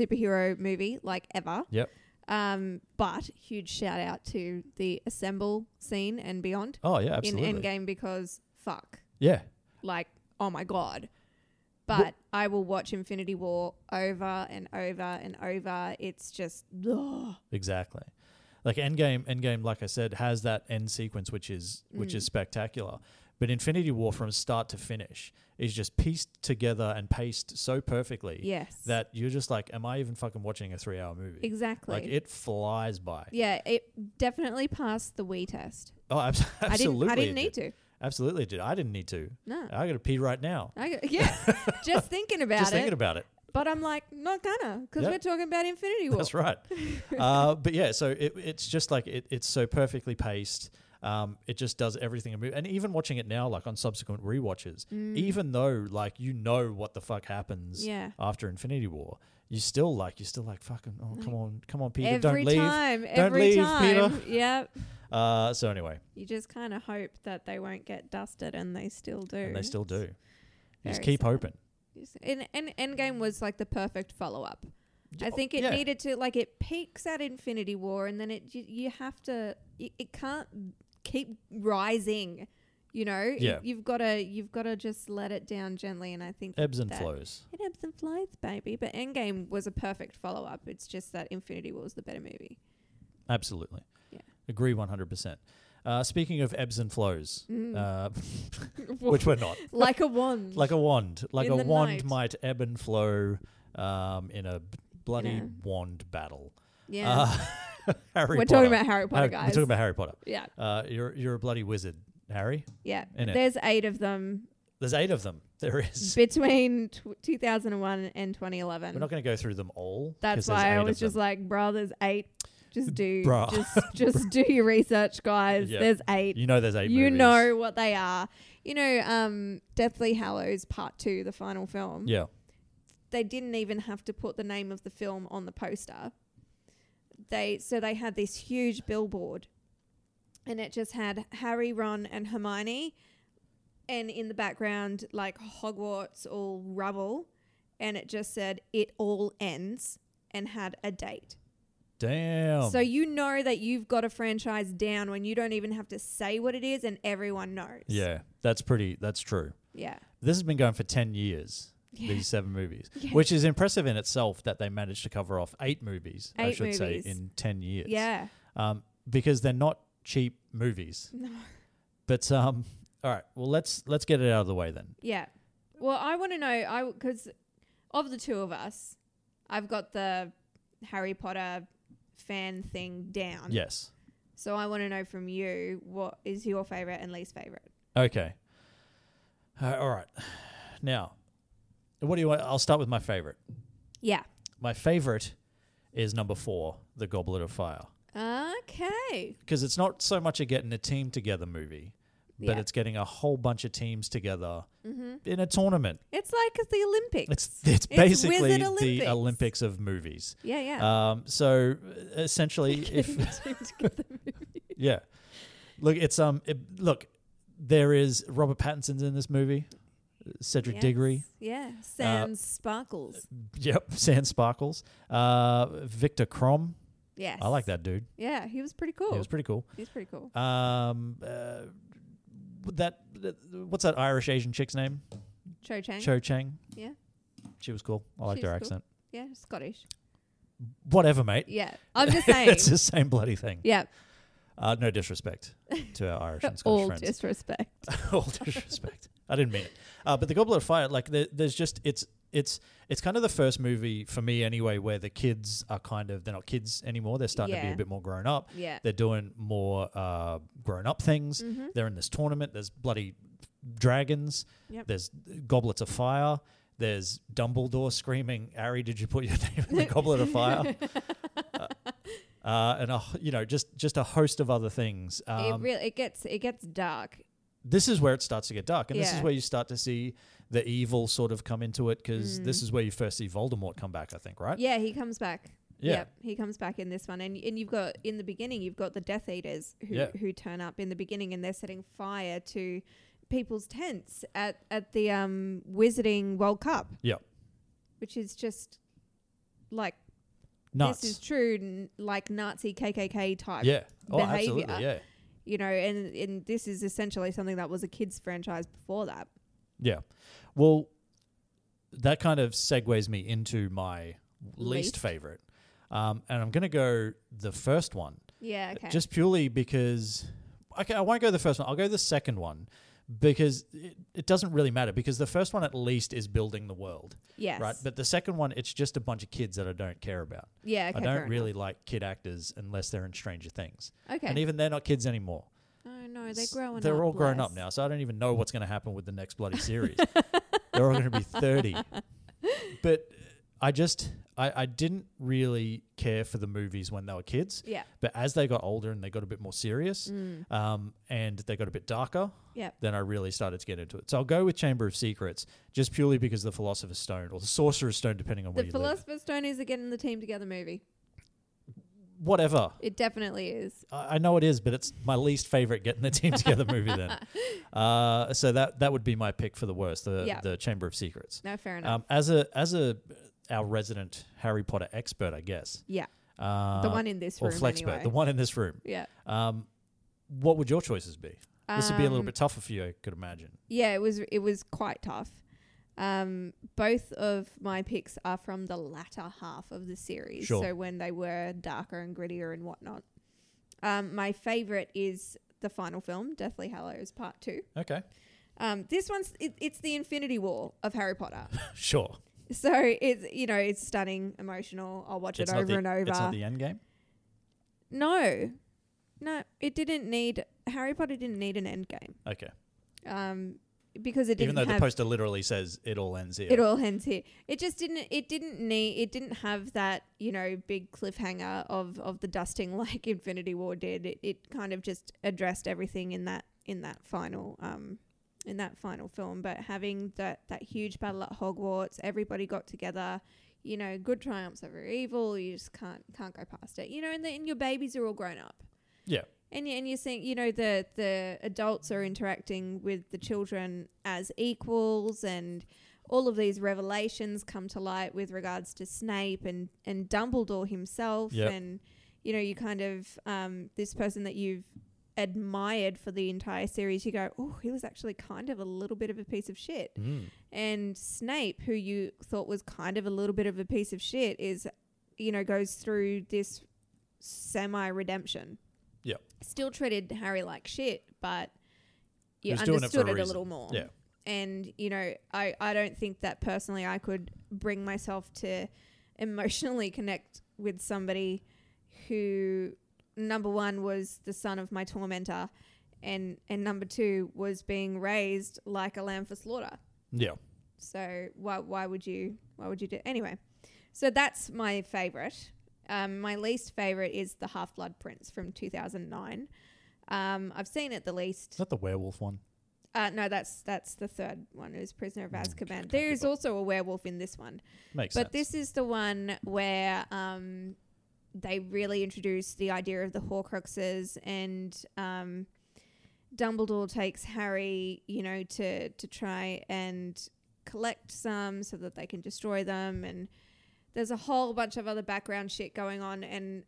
S3: a superhero movie, like ever.
S2: Yep.
S3: Um, but huge shout out to the assemble scene and beyond
S2: Oh yeah, absolutely.
S3: in Endgame because fuck,
S2: Yeah.
S3: like oh my god. But I will watch Infinity War over and over and over. It's just ugh.
S2: Exactly. Like Endgame, Endgame, like I said, has that end sequence which is which
S3: Mm.
S2: is spectacular. But Infinity War from start to finish is just pieced together and paced so perfectly
S3: Yes.
S2: that you're just like, Am I even fucking watching a three hour movie?
S3: exactly.
S2: Like it flies by.
S3: yeah, it definitely passed the Wii test.
S2: Oh, abs- absolutely.
S3: I
S2: it
S3: didn't. I didn't need
S2: did.
S3: to.
S2: Absolutely, it did. I didn't need to.
S3: No.
S2: I got to pee right now.
S3: I g yeah, just thinking about
S2: Just
S3: it.
S2: thinking about it.
S3: but I'm like, not gonna, because
S2: Yeah.
S3: we're talking about Infinity War.
S2: That's right. uh, but yeah, so it, it's just like it, it's so perfectly paced. Um, it just does everything. a mo- And even watching it now, like on subsequent rewatches, even though like you know what the fuck happens
S3: Mm. Yeah.
S2: after Infinity War, you still like you're still like fucking oh come on come on Peter
S3: every
S2: don't leave
S3: time,
S2: don't
S3: every
S2: leave
S3: time.
S2: Peter.
S3: Yep.
S2: Uh, so anyway,
S3: You just kind of hope that they won't get dusted, and they still do.
S2: and they still do. You just
S3: Very
S2: keep
S3: sad.
S2: hoping.
S3: And, and Endgame was like the perfect follow up. I think it
S2: yeah.
S3: needed to like it peaks at Infinity War, and then it you, you have to it, it can't keep rising. You know, You-
S2: Yeah.
S3: you've got to you've got to just let it down gently, and I think
S2: Ebbs and
S3: that-
S2: flows.
S3: It ebbs and flows, baby. But Endgame was a perfect follow up. It's just that Infinity War was the better movie.
S2: Absolutely.
S3: Yeah.
S2: Agree 100%. Uh, speaking of ebbs and flows,
S3: Mm.
S2: uh, which we're not,
S3: like a wand.
S2: like a wand, like
S3: In
S2: a
S3: the
S2: wand
S3: night.
S2: might ebb and flow um, in a b- bloody
S3: Yeah.
S2: wand battle.
S3: yeah,
S2: Uh, Harry
S3: We're
S2: Potter. Uh,
S3: talking about Harry Potter,
S2: We're
S3: guys.
S2: talking about Harry Potter.
S3: yeah,
S2: Uh, you're, you're a bloody wizard, Harry.
S3: yeah.
S2: In it.
S3: There's eight of them.
S2: There's eight of them. There is.
S3: between tw 2001 and 2011.
S2: We're not going to go through them all.
S3: That's why I was just like, bro, there's eight. Just do,
S2: Bruh.
S3: just just do your research, guys.
S2: Yeah.
S3: There's eight.
S2: You know there's eight
S3: You
S2: movies.
S3: know what they are. You know, um, Deathly Hallows Part Two, the final film.
S2: Yeah.
S3: They didn't even have to put the name of the film on the poster. They so they had this huge billboard, and it just had Harry, Ron, and Hermione, and in the background like Hogwarts all rubble, and it just said it all ends and had a date.
S2: Damn.
S3: So you know that you've got a franchise down when you don't even have to say what it is and everyone knows.
S2: yeah. That's pretty. That's true.
S3: Yeah.
S2: this has been going for 10 years these seven movies which is impressive in itself that they managed to cover off eight movies i
S3: Eight
S2: should say
S3: movies.
S2: in 10 years
S3: Yeah.
S2: um, because they're not cheap movies no. but um, all right well let's let's get it out of the way then
S3: Yeah. Well, I want to know I cuz of the two of us, I've got the Harry Potter fan thing down.
S2: yes
S3: So I want to know from you what is your favorite and least favorite?
S2: okay Uh, all right now what do you want i'll start with my favorite
S3: Yeah.
S2: my favorite is number four the goblet of fire
S3: Okay.
S2: because it's not so much a getting a team together movie, but
S3: Yeah. Mm-hmm.
S2: it's getting a whole bunch of teams together in a tournament.
S3: It's like the Olympics.
S2: It's it's
S3: Wizard
S2: basically the
S3: Olympics.
S2: Olympics of movies.
S3: yeah, yeah.
S2: Um, so essentially, if yeah, look, it's um, it, look, there is Robert Pattinson's in this movie, Cedric Diggory,
S3: Yes.
S2: Uh,
S3: Yeah. Sans sparkles.
S2: yep, Sand Sparkles, uh, Victor Krom.
S3: Yes.
S2: I like that dude.
S3: Yeah, he was pretty cool.
S2: He was pretty cool.
S3: He was pretty cool.
S2: Um, uh, that what's that Irish Asian chick's name?
S3: Cho Chang.
S2: Cho Chang.
S3: Yeah.
S2: She was cool. I liked
S3: She
S2: her
S3: was cool.
S2: accent.
S3: Yeah, Scottish.
S2: Whatever, mate.
S3: Yeah. I'm just saying.
S2: it's the same bloody thing.
S3: yeah.
S2: Uh, no disrespect to our Irish and Scottish
S3: All
S2: friends.
S3: disrespect.
S2: All disrespect. I didn't mean it. Uh, but the Goblet of Fire, like, there, there's just it's it's it's kind of the first movie for me anyway where the kids are kind of they're not kids anymore. They're starting to be
S3: Yeah.
S2: a bit more grown up.
S3: Yeah. Mm-hmm.
S2: They're doing more uh, grown up things. They're in this tournament. There's bloody dragons.
S3: Yep.
S2: There's goblets of fire. There's Dumbledore screaming, "Harry, did you put your name in the goblet of fire?" uh, uh, and a, h- you know, just just a host of other things.
S3: it
S2: Um,
S3: really it gets it gets dark.
S2: this is where it starts to get dark, and this is
S3: Yeah.
S2: where you start to see the evil sort of come into it because this is where you first see Voldemort come back. I think, right?
S3: Mm. Yeah, he comes back.
S2: Uh, Yeah.
S3: he comes back in this one, and and you've got in the beginning you've got the Death Eaters who
S2: Yeah.
S3: who turn up in the beginning, and they're setting fire to people's tents at at the um Wizarding World Cup,
S2: Yeah.
S3: which is just like
S2: Nuts.
S3: this is true, n- like Nazi KKK type.
S2: yeah. Oh,
S3: behavior.
S2: absolutely. Yeah.
S3: you know, and and this is essentially something that was a kids franchise before that.
S2: Yeah. Well, that kind of segues me into my least,
S3: Least.
S2: favorite. Um, and I'm going to go the first one
S3: Yeah, okay.
S2: just purely because. Okay, I won't go the first one. I'll go the second one because it, it doesn't really matter because the first one at least is building the world.
S3: yes,
S2: Right. But the second one, it's just a bunch of kids that I don't care about.
S3: yeah, okay,
S2: I
S3: fair
S2: don't
S3: enough.
S2: really like kid actors unless they're in Stranger Things.
S3: Okay.
S2: And even they're not kids anymore.
S3: oh no, they're
S2: S-
S3: growing.
S2: They're
S3: up,
S2: all grown up
S3: bless.
S2: now, so I don't even know what's going to happen with the next bloody series. they're all going to be 30. But uh, I just I, I didn't really care for the movies when they were kids.
S3: Yeah. Mm.
S2: But as they got older and they got a bit more serious, um, and they got a bit darker,
S3: Yep.
S2: then I really started to get into it. So I'll go with Chamber of Secrets just purely because of the Philosopher's Stone or the Sorcerer's Stone, depending on
S3: The
S2: where you live.
S3: Philosopher's Stone is a getting the team together movie.
S2: Whatever.
S3: It definitely is.
S2: I I know it is, but it's my least favorite getting the team together movie. Then, uh, so that that would be my pick for the worst, the
S3: Yeah.
S2: the Chamber of Secrets.
S3: No, fair enough.
S2: Um, as a as a our resident Harry Potter expert, I guess.
S3: yeah.
S2: Uh,
S3: The one in this
S2: or
S3: room
S2: Flexpert,
S3: anyway.
S2: the one in this room.
S3: Yeah.
S2: Um, what would your choices be? This would be a little
S3: Um,
S2: bit tougher for you, I could imagine.
S3: Yeah, it was it was quite tough. Um, both of my picks are from the latter half of the series,
S2: Sure.
S3: so when they were darker and grittier and whatnot. Um, my favorite is the final film, Deathly Hallows Part Two.
S2: Okay,
S3: Um, this one's it, it's the Infinity War of Harry Potter,
S2: sure.
S3: so it's you know it's stunning, emotional. I'll watch it over
S2: the,
S3: and over.
S2: It's not the end game.
S3: no, no, it didn't need Harry Potter didn't need an end game,
S2: Okay,
S3: um, because it didn't
S2: even though the
S3: have
S2: poster literally says it all ends here.
S3: it all ends here. It just didn't. It didn't need. It didn't have that you know big cliffhanger of of the dusting like Infinity War did. It, it kind of just addressed everything in that in that final um in that final film. But having that that huge battle at Hogwarts, everybody got together. You know, good triumphs over evil. You just can't can't go past it. You know, and then your babies are all grown up
S2: yeah,
S3: and you, and you're seeing you know the the adults are interacting with the children as equals and all of these revelations come to light with regards to Snape and and Dumbledore himself
S2: Yep.
S3: and you know you kind of um, this person that you've admired for the entire series you go oh he was actually kind of a little bit of a piece of shit and Snape who you thought was kind of a little bit of a piece of shit is you know goes through this semi redemption
S2: yeah.
S3: still treated Harry like shit, but
S2: He
S3: you
S2: was doing it for
S3: understood
S2: a
S3: it, a
S2: reason.
S3: little more.
S2: Yeah.
S3: And, you know, I, I don't think that personally I could bring myself to emotionally connect with somebody who, number one, was the son of my tormentor, and, and number two, was being raised like a lamb for slaughter.
S2: Yeah.
S3: So why why would you why would you do anyway? So that's my favorite. Um, my least favorite is the Half Blood Prince from 2009. Um, I've seen it the
S2: Is
S3: least.
S2: that the werewolf one?
S3: Uh, no, that's that's the third one. Is Prisoner of Azkaban. There is also a werewolf in this one,
S2: Makes sense.
S3: but this is the one where um, they really introduce the idea of the Horcruxes, and um, Dumbledore takes Harry, you know, to to try and collect some so that they can destroy them, and there's a whole bunch of other background shit going on, and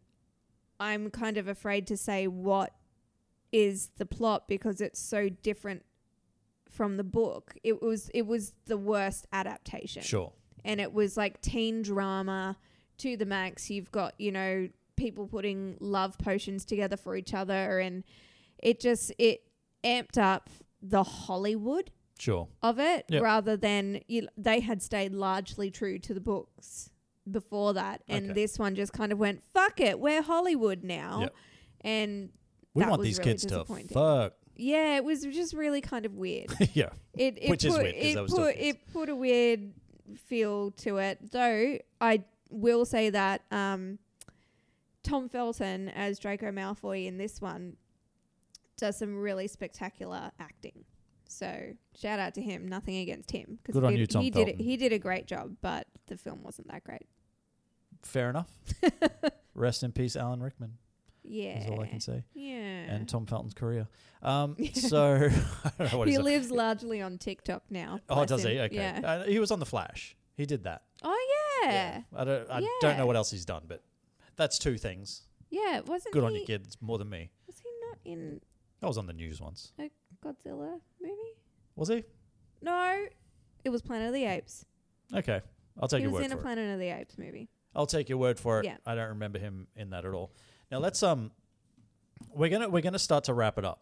S3: I'm kind of afraid to say what is the plot because it's so different from the book. It was it was the worst adaptation
S2: sure.
S3: and it was like teen drama to the max. You've got, you know, people putting love potions together for each other and it just it amped up the Hollywood
S2: Sure.
S3: of it
S2: Yep.
S3: rather than you, they had stayed largely true to the books before that and
S2: Okay.
S3: this one just kind of went fuck it we're Hollywood now
S2: Yep.
S3: and
S2: We
S3: that
S2: want
S3: was
S2: these
S3: really
S2: kids to
S3: disappointing.
S2: fuck.
S3: yeah it was just really kind of weird
S2: yeah.
S3: It, it
S2: Which
S3: put,
S2: is weird, 'cause
S3: It,
S2: that was still
S3: put,
S2: kids.
S3: it put a weird feel to it, though. I will say that um, Tom Felton as Draco Malfoy in this one does some really spectacular acting. So shout out to him. Nothing against him because
S2: Good
S3: he,
S2: on
S3: did-
S2: you, Tom
S3: he did it,
S2: Felton.
S3: he did a great job, but the film wasn't that great.
S2: Fair enough. Rest in peace, Alan Rickman.
S3: Yeah,
S2: Is all I can say.
S3: yeah.
S2: And Tom Felton's career. Um, so I don't know what
S3: he
S2: he's up-
S3: lives largely on TikTok now.
S2: Oh,
S3: bless
S2: does
S3: him.
S2: he? Okay.
S3: Yeah.
S2: Uh, he was on the Flash. He did that.
S3: oh yeah.
S2: I don't. I don't
S3: Yeah.
S2: know what else he's done, but that's two things.
S3: Yeah. Wasn't
S2: Good
S3: he?
S2: on you, kid. It's more than me.
S3: Was he not in
S2: I was on the news once.
S3: a Godzilla movie?
S2: Was he?
S3: No, it was Planet of the Apes.
S2: Okay. I'll take
S3: he
S2: your
S3: was
S2: word
S3: in a
S2: for it.
S3: Planet of the Apes movie.
S2: I'll take your word for it.
S3: Yeah.
S2: I don't remember him in that at all. Now let's um, we're gonna we're gonna start to wrap it up.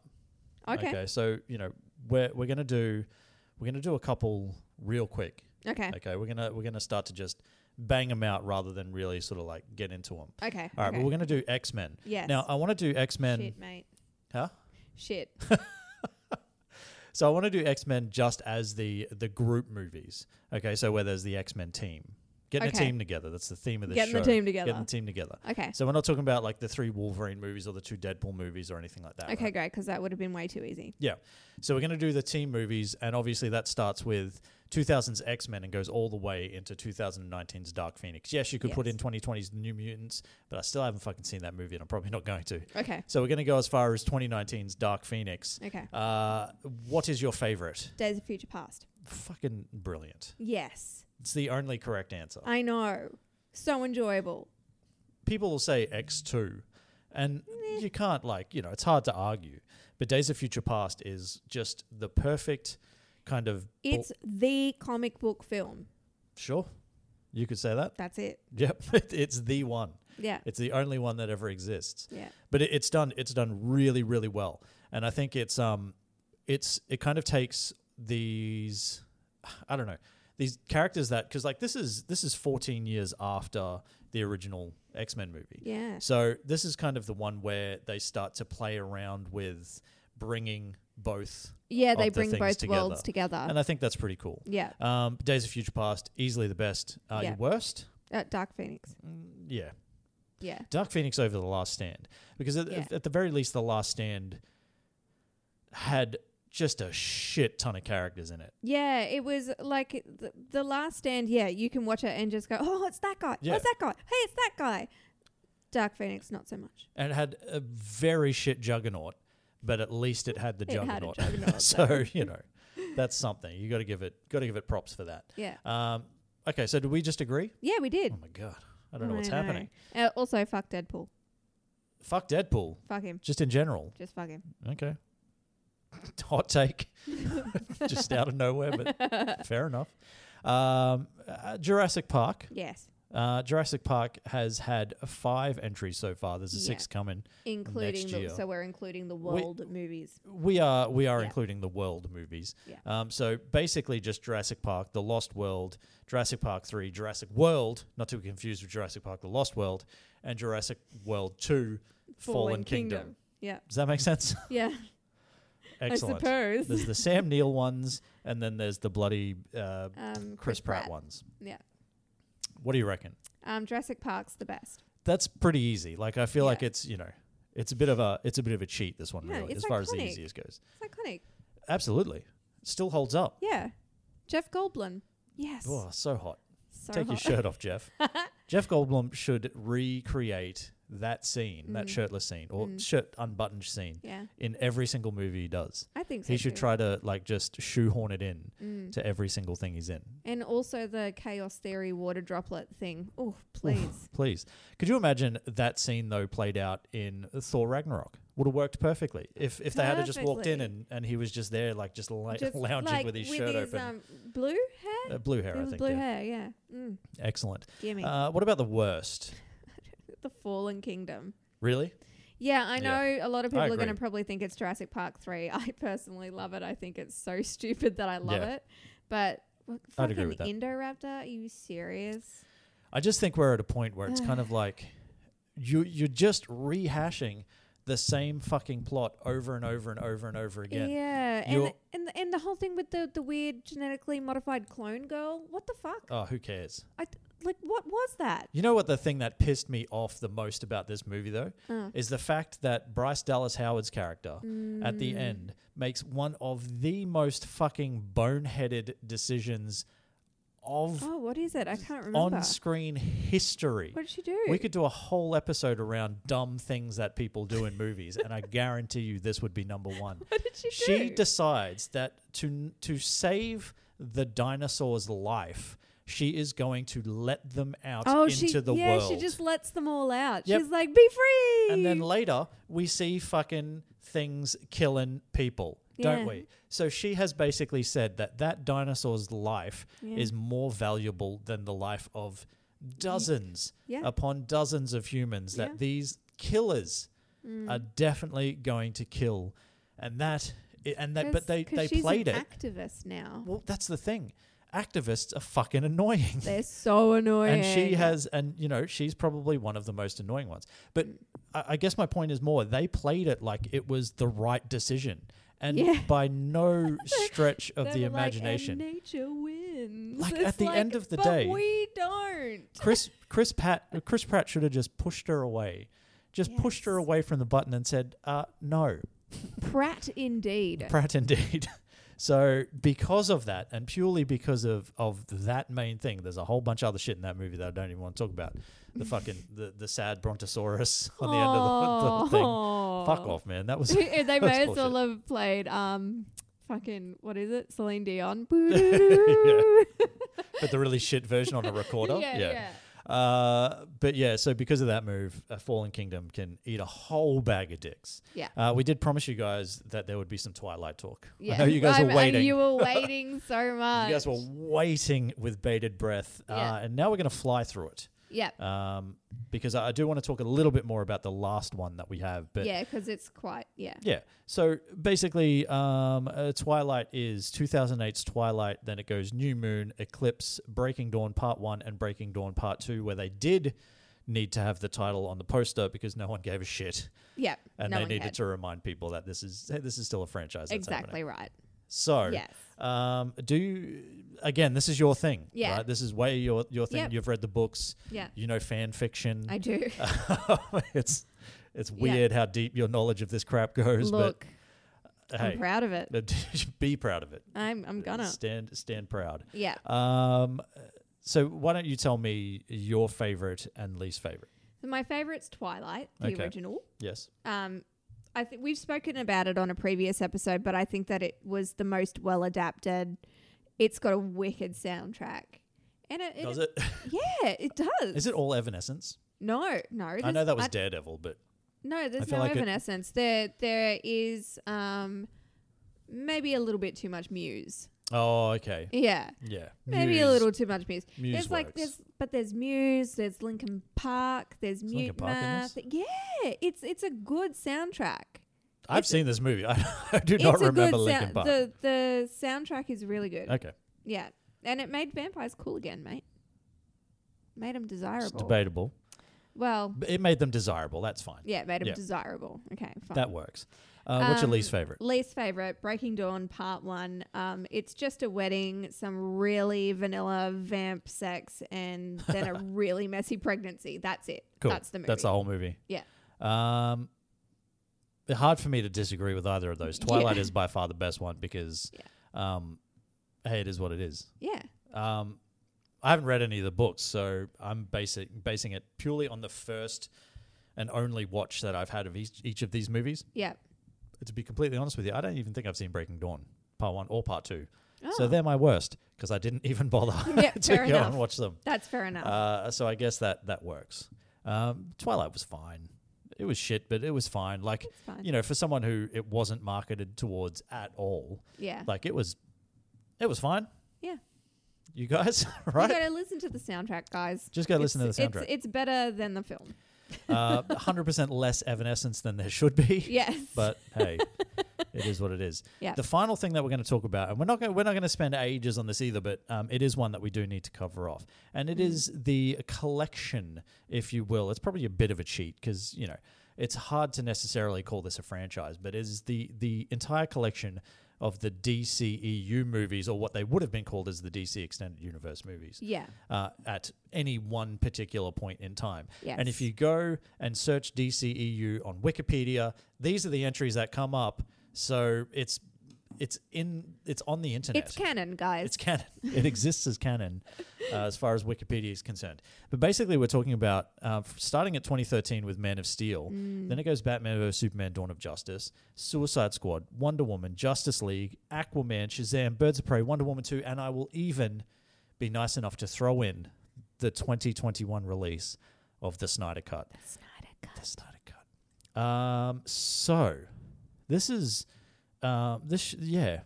S3: Okay. Okay.
S2: so you know we're we're gonna do we're gonna do a couple real quick.
S3: Okay.
S2: Okay. We're gonna we're gonna start to just bang them out rather than really sort of like get into them.
S3: okay.
S2: All right. Well, we're gonna do X Men.
S3: Yes.
S2: Now I want to do X Men.
S3: Shit, mate.
S2: Huh?
S3: Shit.
S2: So I want to do X Men just as the the group movies. Okay, so where there's the X Men team. Getting
S3: Okay.
S2: a team together. That's the theme of this
S3: Getting
S2: show.
S3: the team together.
S2: Getting the team together.
S3: Okay.
S2: So we're not talking about like the three Wolverine movies or the two Deadpool movies or anything like that.
S3: Okay,
S2: right?
S3: great, because that would have been way too easy.
S2: Yeah. So we're going to do the team movies, and obviously that starts with 2000's X Men and goes all the way into 2019's Dark Phoenix. Yes, you could put
S3: Yes.
S2: in 2020's New Mutants, but I still haven't fucking seen that movie, and I'm probably not going to.
S3: Okay.
S2: So we're going to go as far as 2019's Dark Phoenix.
S3: Okay.
S2: Uh, what is your favorite?
S3: Days of Future Past.
S2: Fucking brilliant.
S3: Yes,
S2: It's the only correct answer.
S3: I know. So enjoyable.
S2: People will say X2, and you can't, like, you know, it's hard to argue. But Days of Future Past is just the perfect kind of. bu-
S3: It's the comic book film.
S2: Sure. You could say that.
S3: That's it.
S2: Yep. It- It's the one.
S3: Yeah.
S2: It's the only one that ever exists.
S3: Yeah.
S2: But it, it's done it's done really, really well. And I think it's um it's it kind of takes these I don't know, these characters that cuz like this is this is 14 years after the original X-Men movie.
S3: Yeah.
S2: So this is kind of the one where they start to play around with bringing both
S3: Yeah,
S2: of
S3: they
S2: the
S3: bring
S2: things
S3: both
S2: together.
S3: worlds together.
S2: And I think that's pretty cool.
S3: Uh. yeah.
S2: Um, Days of Future Past, easily the best. Uh,
S3: Yeah.
S2: Your worst?
S3: Uh, Dark Phoenix.
S2: Yeah.
S3: Yeah.
S2: Dark Phoenix over The Last Stand. Because at,
S3: Yeah.
S2: at the very least, The Last Stand had just a shit ton of characters in it.
S3: Yeah, it was like the, the last stand. Yeah, you can watch it and just go, oh, it's that guy.
S2: Yeah.
S3: Oh, it's that guy. Hey, it's that guy. Dark Phoenix, not so much.
S2: And it had a very shit juggernaut, but at least it had the
S3: It had a
S2: juggernaut.
S3: juggernaut,
S2: so, you know, that's something. You gotta give it gotta give it props for that.
S3: Yeah.
S2: Um, okay, so do we just agree?
S3: Yeah, we did.
S2: Oh my god. I don't know what's happening.
S3: Uh, also, fuck Deadpool.
S2: Fuck Deadpool.
S3: Fuck him.
S2: Just in general.
S3: Just fuck him.
S2: Okay. Hot take. Just out of nowhere, but fair enough. Um, uh, Jurassic Park.
S3: Yes.
S2: Uh, Jurassic Park has had five entries so far. There's a
S3: Yeah.
S2: sixth coming.
S3: Including
S2: Next
S3: the,
S2: year.
S3: so we're including the world movies.
S2: We are we are
S3: Yeah.
S2: including the world movies.
S3: Yeah.
S2: Um, so basically, just Jurassic Park, The Lost World, Jurassic Park Three, Jurassic World, not to be confused with Jurassic Park: The Lost World, and Jurassic World Two: Fallen, Kingdom.
S3: Yeah.
S2: Does that make sense?
S3: Yeah.
S2: Excellent.
S3: suppose.
S2: There's the Sam Neill ones, and then there's the bloody uh,
S3: Um,
S2: Chris Pratt, ones.
S3: Yeah.
S2: What do you reckon?
S3: Um, Jurassic Park's the best.
S2: That's pretty easy. Like I feel like
S3: Yeah.
S2: it's you know, it's a bit of a it's a bit of a cheat. This one
S3: No,
S2: really, as
S3: it's
S2: far as the
S3: iconic.
S2: easiest goes.
S3: It's iconic.
S2: Absolutely, still holds up.
S3: Yeah. Jeff Goldblum. Yes.
S2: Oh, so hot.
S3: so
S2: Take
S3: hot.
S2: your shirt off, Jeff. Jeff Goldblum should recreate that scene, that shirtless scene or shirt unbuttoned scene,
S3: Mm. Yeah.
S2: in every single movie he does.
S3: I think so.
S2: He should
S3: too.
S2: try to like just shoehorn it in
S3: Mm.
S2: to every single thing he's in.
S3: And also the chaos theory water droplet thing. Oh, please.
S2: Please. Could you imagine that scene though played out in Thor Ragnarok? Would have worked perfectly if if they had just walked in
S3: Perfectly.
S2: and, and he was just there like just, la-
S3: Just
S2: lounging
S3: like
S2: with his shirt open,
S3: Um, blue hair?
S2: uh, blue hair
S3: It
S2: I
S3: was
S2: think.
S3: blue
S2: yeah.
S3: hair, yeah. Mm.
S2: Excellent.
S3: Gimme.
S2: Uh, what about the worst?
S3: the Fallen Kingdom.
S2: Really?
S3: Yeah, I know
S2: Yeah.
S3: a lot of people are
S2: agree.
S3: going to probably think it's Jurassic Park 3. I personally love it. I think it's so stupid that I love
S2: Yeah.
S3: it. But what,
S2: I'd agree
S3: fucking
S2: with that.
S3: Indoraptor, are you serious?
S2: I just think we're at a point where it's kind of like you you're just rehashing the same fucking plot over and over and over and over
S3: Yeah.
S2: again.
S3: And,
S2: You're-
S3: the, and, the, and the whole thing with the, the weird genetically modified clone girl. What the fuck?
S2: Oh, who cares?
S3: I th- like, what was that?
S2: You know what the thing that pissed me off the most about this movie though
S3: Mm.
S2: is the fact that Bryce Dallas Howard's character at
S3: Mm.
S2: the end makes one of the most fucking boneheaded decisions of
S3: Oh, what is it? I can't remember.
S2: on-screen history.
S3: What did she do?
S2: We could do a whole episode around dumb things that people do in movies, and I guarantee you this would be number one.
S3: what did she do?
S2: She decides that to to save the dinosaur's life, she is going to let them out
S3: oh,
S2: into
S3: she,
S2: the
S3: yeah,
S2: world.
S3: she just lets them all out.
S2: Yep.
S3: She's like, be free.
S2: and then later we see fucking things killing people, don't
S3: Yeah.
S2: we? So she has basically said that that dinosaur's life is more valuable than the life of dozens
S3: yeah.
S2: upon dozens of humans
S3: Yeah. Mm.
S2: that these killers are definitely going to kill. And that i- and that but they
S3: 'Cause
S2: they
S3: she's
S2: played
S3: an
S2: it.
S3: activist now.
S2: well, that's the thing. Activists are fucking annoying.
S3: They're so annoying.
S2: and she has and you know she's probably one of the most annoying ones but I, I guess my point is more they played it like it was the right decision and
S3: Yeah.
S2: by no stretch of
S3: They
S2: the
S3: were like,
S2: imagination
S3: and nature wins.
S2: Like,
S3: It's
S2: at the end of the
S3: but
S2: day-
S3: we don't. don't.
S2: Chris Chris Pat Chris Pratt should have just pushed her away, just pushed her
S3: Yes.
S2: away from the button and said, uh, "No,
S3: Pratt, indeed.
S2: Pratt indeed." so because of that, and purely because of of that main thing, there's a whole bunch of other shit in that movie that I don't even want to talk about. The fucking the, the sad brontosaurus on the end of the, the thing. Fuck
S3: Aw.
S2: off, man. That was
S3: they
S2: that was
S3: may as well
S2: bullshit.
S3: have played um, fucking what is it? Celine Dion.
S2: but the really shit version on a recorder.
S3: Yeah, yeah.
S2: Uh, but yeah, so because of that move, uh, Fallen Kingdom can eat a whole bag of dicks.
S3: Yeah.
S2: Uh, we did promise you guys that there would be some Twilight talk.
S3: Yeah.
S2: I know you guys
S3: I'm-
S2: were
S3: and
S2: waiting.
S3: You were waiting so much.
S2: You guys were waiting with bated breath. Uh,
S3: Yeah.
S2: And now we're going to fly through it.
S3: Yep.
S2: Um, because I I do want to talk a little bit more about the last one that we have. But
S3: yeah, because it's quite yeah.
S2: yeah. So basically, um, uh, Twilight is 2008's Twilight. Then it goes New Moon, Eclipse, Breaking Dawn Part 1, and Breaking Dawn Part 2, where they did need to have the title on the poster because no one gave a shit.
S3: Yep.
S2: And
S3: no
S2: they
S3: one
S2: needed
S3: cared.
S2: to remind people that this is hey, this is still a franchise. That's
S3: Exactly
S2: happening.
S3: right.
S2: So,
S3: Yes.
S2: um, do you, again, this is your thing.
S3: Yeah.
S2: Right? This is way your, your thing.
S3: Yep.
S2: You've read the books.
S3: Yeah.
S2: You know fan fiction.
S3: I do.
S2: it's it's weird how deep your knowledge of this crap goes.
S3: Look,
S2: but hey,
S3: I'm proud of it.
S2: be proud of it.
S3: I'm I'm gonna.
S2: stand stand proud.
S3: Yeah.
S2: Um, so why don't you tell me your favorite and least favorite?
S3: So my favorite's Twilight, the
S2: Okay.
S3: original.
S2: Yes.
S3: Um, I think we've spoken about it on a previous episode, but I think that it was the most well adapted. It's got a wicked soundtrack, and it,
S2: Does it?
S3: Yeah, it does.
S2: Is it all Evanescence?
S3: No, no.
S2: I know
S3: there's-
S2: that was Daredevil, but
S3: No, there's
S2: feel
S3: no
S2: like it-
S3: evanescence. There, there is um, maybe a little bit too much muse.
S2: oh, okay,
S3: Yeah,
S2: yeah,
S3: maybe a
S2: Muse.
S3: little too much muse.
S2: Muse
S3: there's like
S2: works.
S3: there's but there's muse. There's Lincoln Park. There's
S2: Is Linkin
S3: Mute
S2: Park in
S3: Math.
S2: this?
S3: Yeah, it's it's a good soundtrack.
S2: I've
S3: it's-
S2: seen this movie. I, I do not
S3: it's
S2: remember
S3: a good
S2: Linkin
S3: sound-
S2: Park.
S3: The the soundtrack is really good.
S2: okay,
S3: Yeah, and it made vampires cool again, mate. Made them
S2: it's
S3: desirable.
S2: debatable.
S3: Well,
S2: But it made them desirable. That's fine.
S3: yeah, it made them
S2: Yeah.
S3: desirable. Okay, fine.
S2: That works. Uh, what's your
S3: Um,
S2: least favorite?
S3: Least favorite, Breaking Dawn Part One. Um, it's just a wedding, some really vanilla vamp sex, and then a really messy pregnancy. That's it.
S2: Cool.
S3: That's the movie.
S2: That's the whole movie.
S3: Yeah.
S2: Um, hard for me to disagree with either of those. Twilight is by far the best one because, um, hey, it is what it is.
S3: Yeah.
S2: Um, I haven't read any of the books, so I'm basic basing it purely on the first and only watch that I've had of each, each of these movies.
S3: Yeah.
S2: To be completely honest with you, I don't even think I've seen Breaking Dawn Part One or Part Two, so they're my worst because I didn't even bother
S3: Oh. Yeah,
S2: to go
S3: fair enough.
S2: and watch them.
S3: That's fair enough.
S2: Uh, so I guess that that works. Um, Twilight was fine. It was shit, but it was fine. Like
S3: fine.
S2: you know, for someone who it wasn't marketed towards at all,
S3: yeah.
S2: like it was, it was fine.
S3: yeah.
S2: You guys,
S3: You
S2: right?
S3: gotta listen to the soundtrack, guys.
S2: Just gotta listen to
S3: It's-
S2: the
S3: it's-
S2: soundtrack.
S3: It's, better than the film.
S2: Uh, Hundred percent less Evanescence than there should be.
S3: Yes.
S2: But hey, it is what it is.
S3: Yeah.
S2: The final thing that we're going to talk about, and we're not going we're not going to spend ages on this either, but um, it is one that we do need to cover off, and
S3: Mm.
S2: it is the collection, if you will. It's probably a bit of a cheat because you know it's hard to necessarily call this a franchise, but it is the the entire collection of the DCEU movies, or what they would have been called as the DC Extended Universe movies
S3: yeah.
S2: uh, at any one particular point in time. And if
S3: Yes.
S2: you go and search DCEU on Wikipedia, these are the entries that come up. So it's it's in it's on the internet.
S3: It's canon, guys.
S2: It's canon. It exists as canon uh, as far as Wikipedia is concerned. But basically, we're talking about uh, f- starting at 2013 with Man of Steel. Then it goes Batman vs. Superman, Dawn of Justice, Suicide Squad, Wonder Woman, Justice League, Aquaman, Shazam, Birds of Prey, Wonder Woman 2, and I will even be nice enough to throw in the 2021 release of the Snyder Cut.
S3: Snyder Cut.
S2: The Snyder Cut. Um, so, this is. Um, this sh- yeah,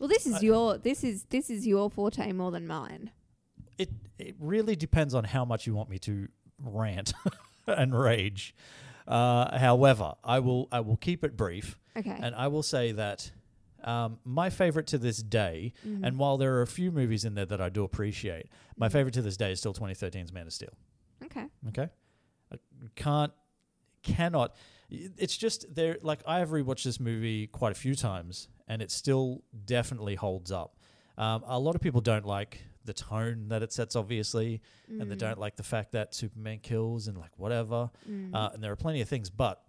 S3: Well, this is your this is this is your forte more than mine.
S2: it it really depends on how much you want me to rant and rage. Uh, however, I will I will keep it brief,
S3: Okay.
S2: and I will say that um, my favorite to this day, and while there are a few movies in there that I do appreciate, my favorite to this day is still 2013's Man of Steel.
S3: okay.
S2: Okay, I can't cannot. It's just there. Like I have rewatched this movie quite a few times, and it still definitely holds up. Um, a lot of people don't like the tone that it sets, obviously, and they don't like the fact that Superman kills and like whatever. Uh, and there are plenty of things, but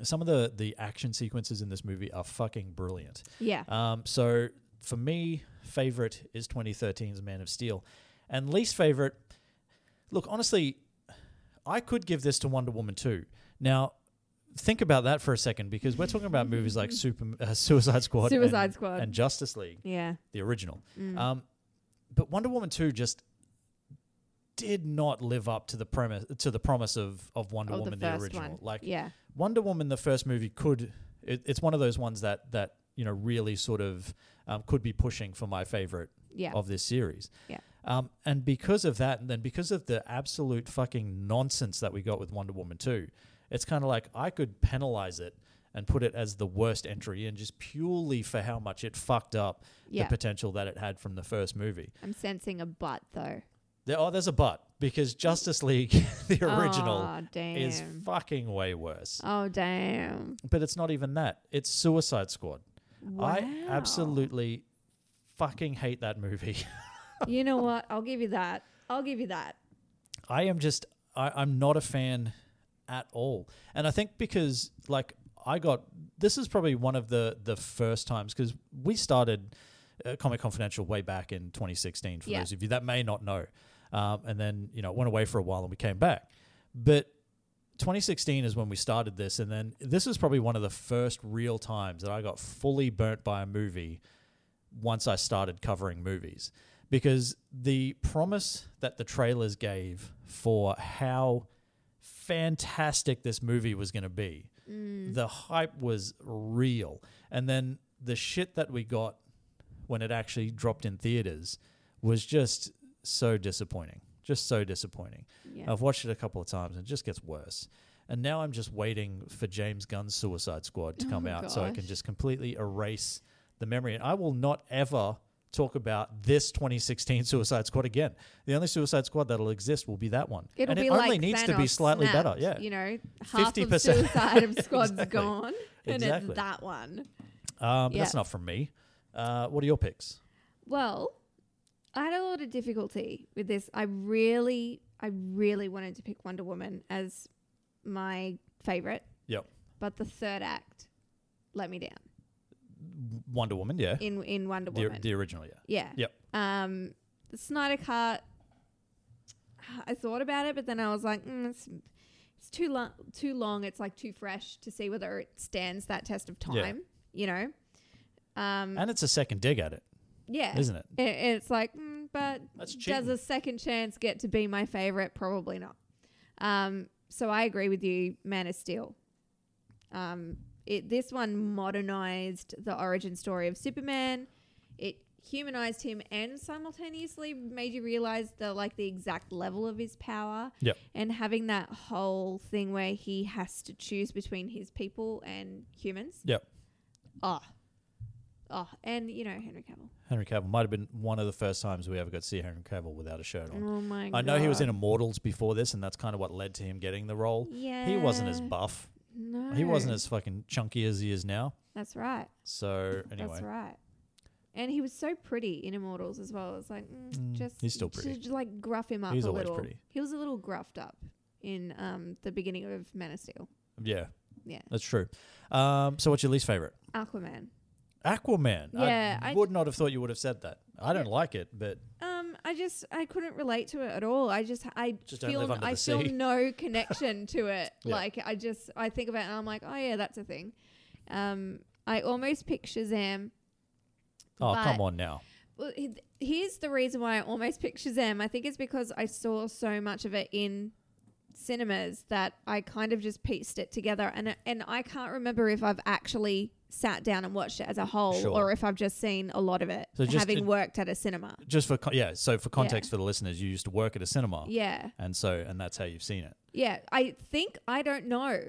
S2: some of the the action sequences in this movie are fucking brilliant.
S3: Yeah.
S2: Um, so for me, favorite is 2013's Man of Steel, and least favorite. Look, honestly, I could give this to Wonder Woman too. Now, think about that for a second because we're talking about movies like Super uh, Suicide Squad,
S3: Suicide
S2: and,
S3: Squad. Mm.
S2: and Justice League,
S3: yeah. Oh,
S2: the original. Um, but Wonder Woman two just did not live up to the premise to the promise of of Wonder
S3: Oh,
S2: Woman
S3: the
S2: the,
S3: first
S2: original.
S3: one.
S2: Like
S3: yeah.
S2: Wonder Woman, the first movie, could it, it's one of those ones that that you know really sort of um, could be pushing for my favorite
S3: Yeah.
S2: of this series.
S3: Yeah.
S2: Um, and because of that, and then because of the absolute fucking nonsense that we got with Wonder Woman 2, it's kind of like I could penalize it and put it as the worst entry and just purely for how much it fucked up
S3: Yeah.
S2: the potential that it had from the first movie.
S3: I'm sensing a butt though.
S2: There, oh, there's a but because Justice League, the original,
S3: Aw, damn.
S2: is fucking way worse.
S3: Oh damn.
S2: But it's not even that. It's Suicide Squad. I
S3: Wow.
S2: absolutely fucking hate that movie.
S3: you know what? I'll give you that. I'll give you that.
S2: I am just I, I'm not a fan at all, and I think because like I got this is probably one of the the first times because we started uh, Comic Confidential way back in 2016. For
S3: Yeah.
S2: those of you that may not know, um, and then you know it went away for a while and we came back, but 2016 is when we started this, and then this is probably one of the first real times that I got fully burnt by a movie once I started covering movies because the promise that the trailers gave for how fantastic this movie was going to be, the hype was real. And then the shit that we got when it actually dropped in theaters was just so disappointing. Just so disappointing.
S3: Yeah.
S2: I've watched it a couple of times and it just gets worse. And now I'm just waiting for James Gunn's Suicide Squad to come out so I
S3: Oh gosh.
S2: can just completely erase the memory. And I will not ever talk about this 2016 Suicide Squad again. The only Suicide Squad that'll exist will be that one.
S3: It'll
S2: and
S3: be
S2: it
S3: like
S2: only needs to be
S3: Thanos
S2: slightly
S3: snapped,
S2: better. Yeah.
S3: You know, half of
S2: 50%.
S3: Suicide Squad's
S2: Exactly.
S3: gone, and
S2: Exactly.
S3: it's that one.
S2: um,
S3: Yeah.
S2: That's not from me. Uh, what are your picks?
S3: Well, I had a lot of difficulty with this. I really, I really wanted to pick Wonder Woman as my favorite,
S2: Yep.
S3: but the third act let me down
S2: Wonder Woman, yeah.
S3: in in Wonder
S2: The,
S3: Woman.
S2: the original, yeah.
S3: yeah.
S2: Yep.
S3: Um, the Snyder Cut. I thought about it, but then I was like, mm, it's, it's too long. Too long. It's like too fresh to see whether it stands that test of
S2: Yeah.
S3: time. You know. Um,
S2: And it's a second dig at it.
S3: yeah,
S2: isn't it?
S3: A- And it's like, mm, but
S2: That's
S3: does
S2: cheating.
S3: a second chance get to be my favorite? Probably not. Um, so I agree with you, Man of Steel. Um, it, this one modernized the origin story of Superman. It humanized him and simultaneously made you realize the like the exact level of his power.
S2: Yep.
S3: And having that whole thing where he has to choose between his people and humans.
S2: Yep.
S3: Oh. Oh, and you know Henry Cavill.
S2: Henry Cavill might have been one of the first times we ever got to see Henry Cavill without a shirt on.
S3: Oh my god.
S2: I know he was in Immortals before this, and that's kind of what led to him getting the role. He wasn't as
S3: Yeah.
S2: buff.
S3: No.
S2: He wasn't as fucking chunky as he is now.
S3: That's right.
S2: So anyway,
S3: That's right. And he was so pretty in Immortals as well. It's like mm, just
S2: he's still pretty.
S3: Just, like gruff him up
S2: He's
S3: a
S2: always
S3: little.
S2: pretty.
S3: He was a little gruffed up in um the beginning of Man of Steel.
S2: yeah,
S3: Yeah.
S2: that's true. Um, so what's your least favorite?
S3: Aquaman.
S2: Aquaman.
S3: Yeah,
S2: I,
S3: I-
S2: would not have thought you would have said that. I don't like it, but
S3: Um, I just I couldn't relate to it at all. I just I
S2: Just don't live
S3: feel
S2: under
S3: I
S2: the
S3: feel
S2: sea.
S3: no connection to it.
S2: Yeah.
S3: Like I just I think about it and I'm like, oh yeah, that's a thing. Um, I almost picked Shazam.
S2: oh
S3: But-
S2: come on now.
S3: Well, he- here's the reason why I almost picked Shazam. I think it's because I saw so much of it in cinemas that I kind of just pieced it together, and and I can't remember if I've actually sat down and watched it as a whole,
S2: Sure.
S3: or if I've just seen a lot of it,
S2: So just
S3: having
S2: to-
S3: worked at a cinema.
S2: Just for con- yeah, so for context for the listeners, you used to work at a cinema,
S3: Yeah,
S2: and so and that's how you've seen it.
S3: yeah. I think I don't know.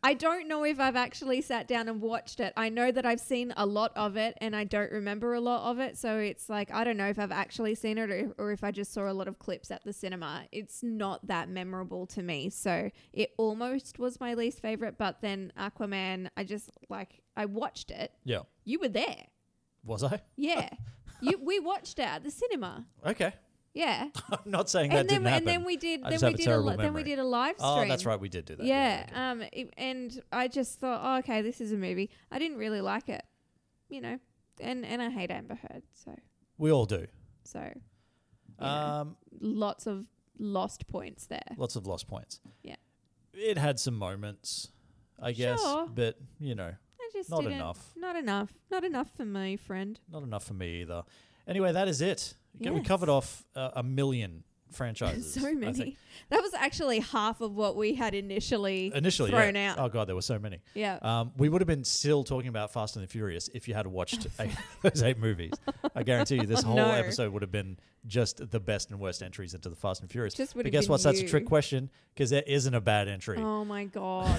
S3: I don't know if I've actually sat down and watched it. I know that I've seen a lot of it and I don't remember a lot of it. So it's like, I don't know if I've actually seen it or, or if I just saw a lot of clips at the cinema. It's not that memorable to me. So it almost was my least favorite. But then Aquaman, I just like, I watched it.
S2: Yeah,
S3: You were there.
S2: was I?
S3: Yeah. you, we watched it at the cinema.
S2: Okay.
S3: Yeah.
S2: I'm not saying that
S3: and then
S2: didn't happen.
S3: and then we did
S2: I
S3: then
S2: just
S3: we
S2: have a
S3: did a
S2: terrible
S3: li- then we
S2: memory.
S3: did a live stream.
S2: Oh, that's right. We did do that.
S3: Yeah.
S2: okay.
S3: Um. it- and I just thought, oh, okay, this is a movie. I didn't really like it, you know, and and I hate Amber Heard, so
S2: we all do.
S3: so Yeah.
S2: Um,
S3: lots of lost points there.
S2: lots of lost points.
S3: Yeah.
S2: It had some moments, I guess,
S3: Sure.
S2: but you know,
S3: I just
S2: Not
S3: didn't,
S2: enough.
S3: Not enough. Not enough for me, friend.
S2: not enough for me either. Anyway, that is it. Okay, We
S3: Yes.
S2: covered off uh, a million franchises. I
S3: so
S2: think.
S3: many. That was actually half of what we had initially
S2: Initially,
S3: thrown
S2: yeah.
S3: out.
S2: Oh god, there were so many.
S3: Yeah.
S2: Um, we would have been still talking about Fast and the Furious if you had watched eight, those eight movies. I guarantee you, this whole
S3: No.
S2: episode would have been just the best and worst entries into the Fast and Furious.
S3: Just would
S2: but
S3: have
S2: guess
S3: been
S2: what? That's a
S3: you.
S2: trick question because there isn't a bad entry.
S3: Oh my god.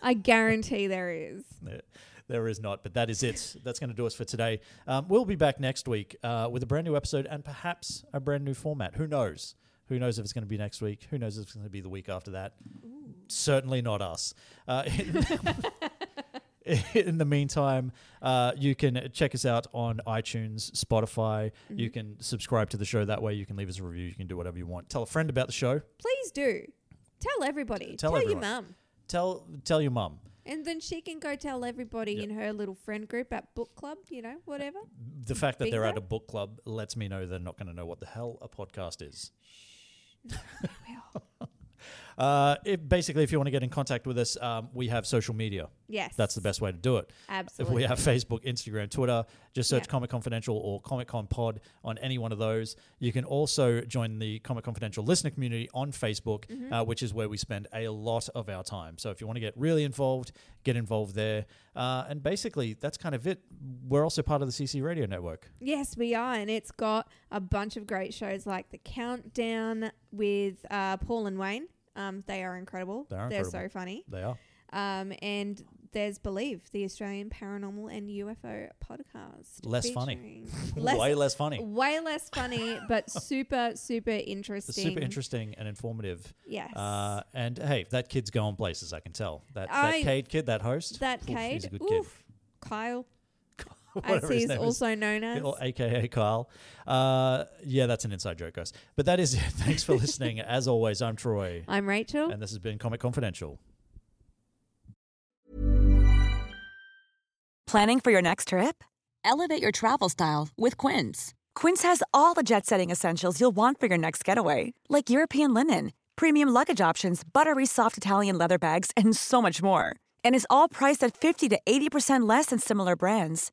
S3: I guarantee there is.
S2: There, there is not, but that is it. That's going to do us for today. Um, we'll be back next week uh, with a brand new episode and perhaps a brand new format. Who knows? Who knows if it's going to be next week? Who knows if it's going to be the week after that? Certainly not us. Uh, in the meantime, uh, you can check us out on iTunes, Spotify. You can subscribe to the show that way. You can leave us a review. You can do whatever you want. Tell a friend about the show.
S3: Please do. Tell everybody.
S2: Tell
S3: Tell, your
S2: everyone.
S3: mum.
S2: Tell tell your mum.
S3: And then she can go tell everybody in her little friend group at book club, you know, whatever.
S2: The fact that they're
S3: Bingo?
S2: at a book club lets me know they're not going to know what the hell a podcast is. Uh, it, basically, if you want to get in contact with us, um, we have social media.
S3: Yes.
S2: That's the best way to do it.
S3: Absolutely.
S2: We have Facebook, Instagram, Twitter. Just search
S3: Yeah.
S2: Comic Confidential or Comic Con Pod on any one of those. You can also join the Comic Confidential listener community on Facebook,
S3: Mm-hmm.
S2: uh, which is where we spend a lot of our time. So if you want to get really involved, get involved there. Uh, and basically, that's kind of it. We're also part of the CC Radio Network.
S3: Yes, we are. And it's got a bunch of great shows like The Countdown with uh, Paul and Wayne. Um, they are incredible.
S2: They are
S3: They're
S2: incredible.
S3: so funny.
S2: They are.
S3: Um, and there's Believe, the Australian Paranormal and UFO podcast.
S2: Less funny.
S3: featuring-
S2: Way less funny.
S3: Way less funny, but super, super interesting.
S2: It's super interesting and informative.
S3: Yes.
S2: Uh, and hey, that kid's going places. I can tell that that
S3: I-
S2: Cade kid, that host,
S3: That
S2: oof, he's
S3: Cade.
S2: a good kid.
S3: Oof. Kyle, as
S2: Whatever his
S3: he's
S2: name is.
S3: also known as.
S2: Or AKA Kyle. Uh, yeah, that's an inside joke, guys. But that is it. Thanks for listening. As always, I'm Troy,
S3: I'm Rachel.
S2: and this has been Comic Confidential.
S4: Planning for your next trip? Elevate your travel style with Quince. Quince has all the jet setting essentials you'll want for your next getaway, like European linen, premium luggage options, buttery soft Italian leather bags, and so much more. And is all priced at 50 to 80% less than similar brands.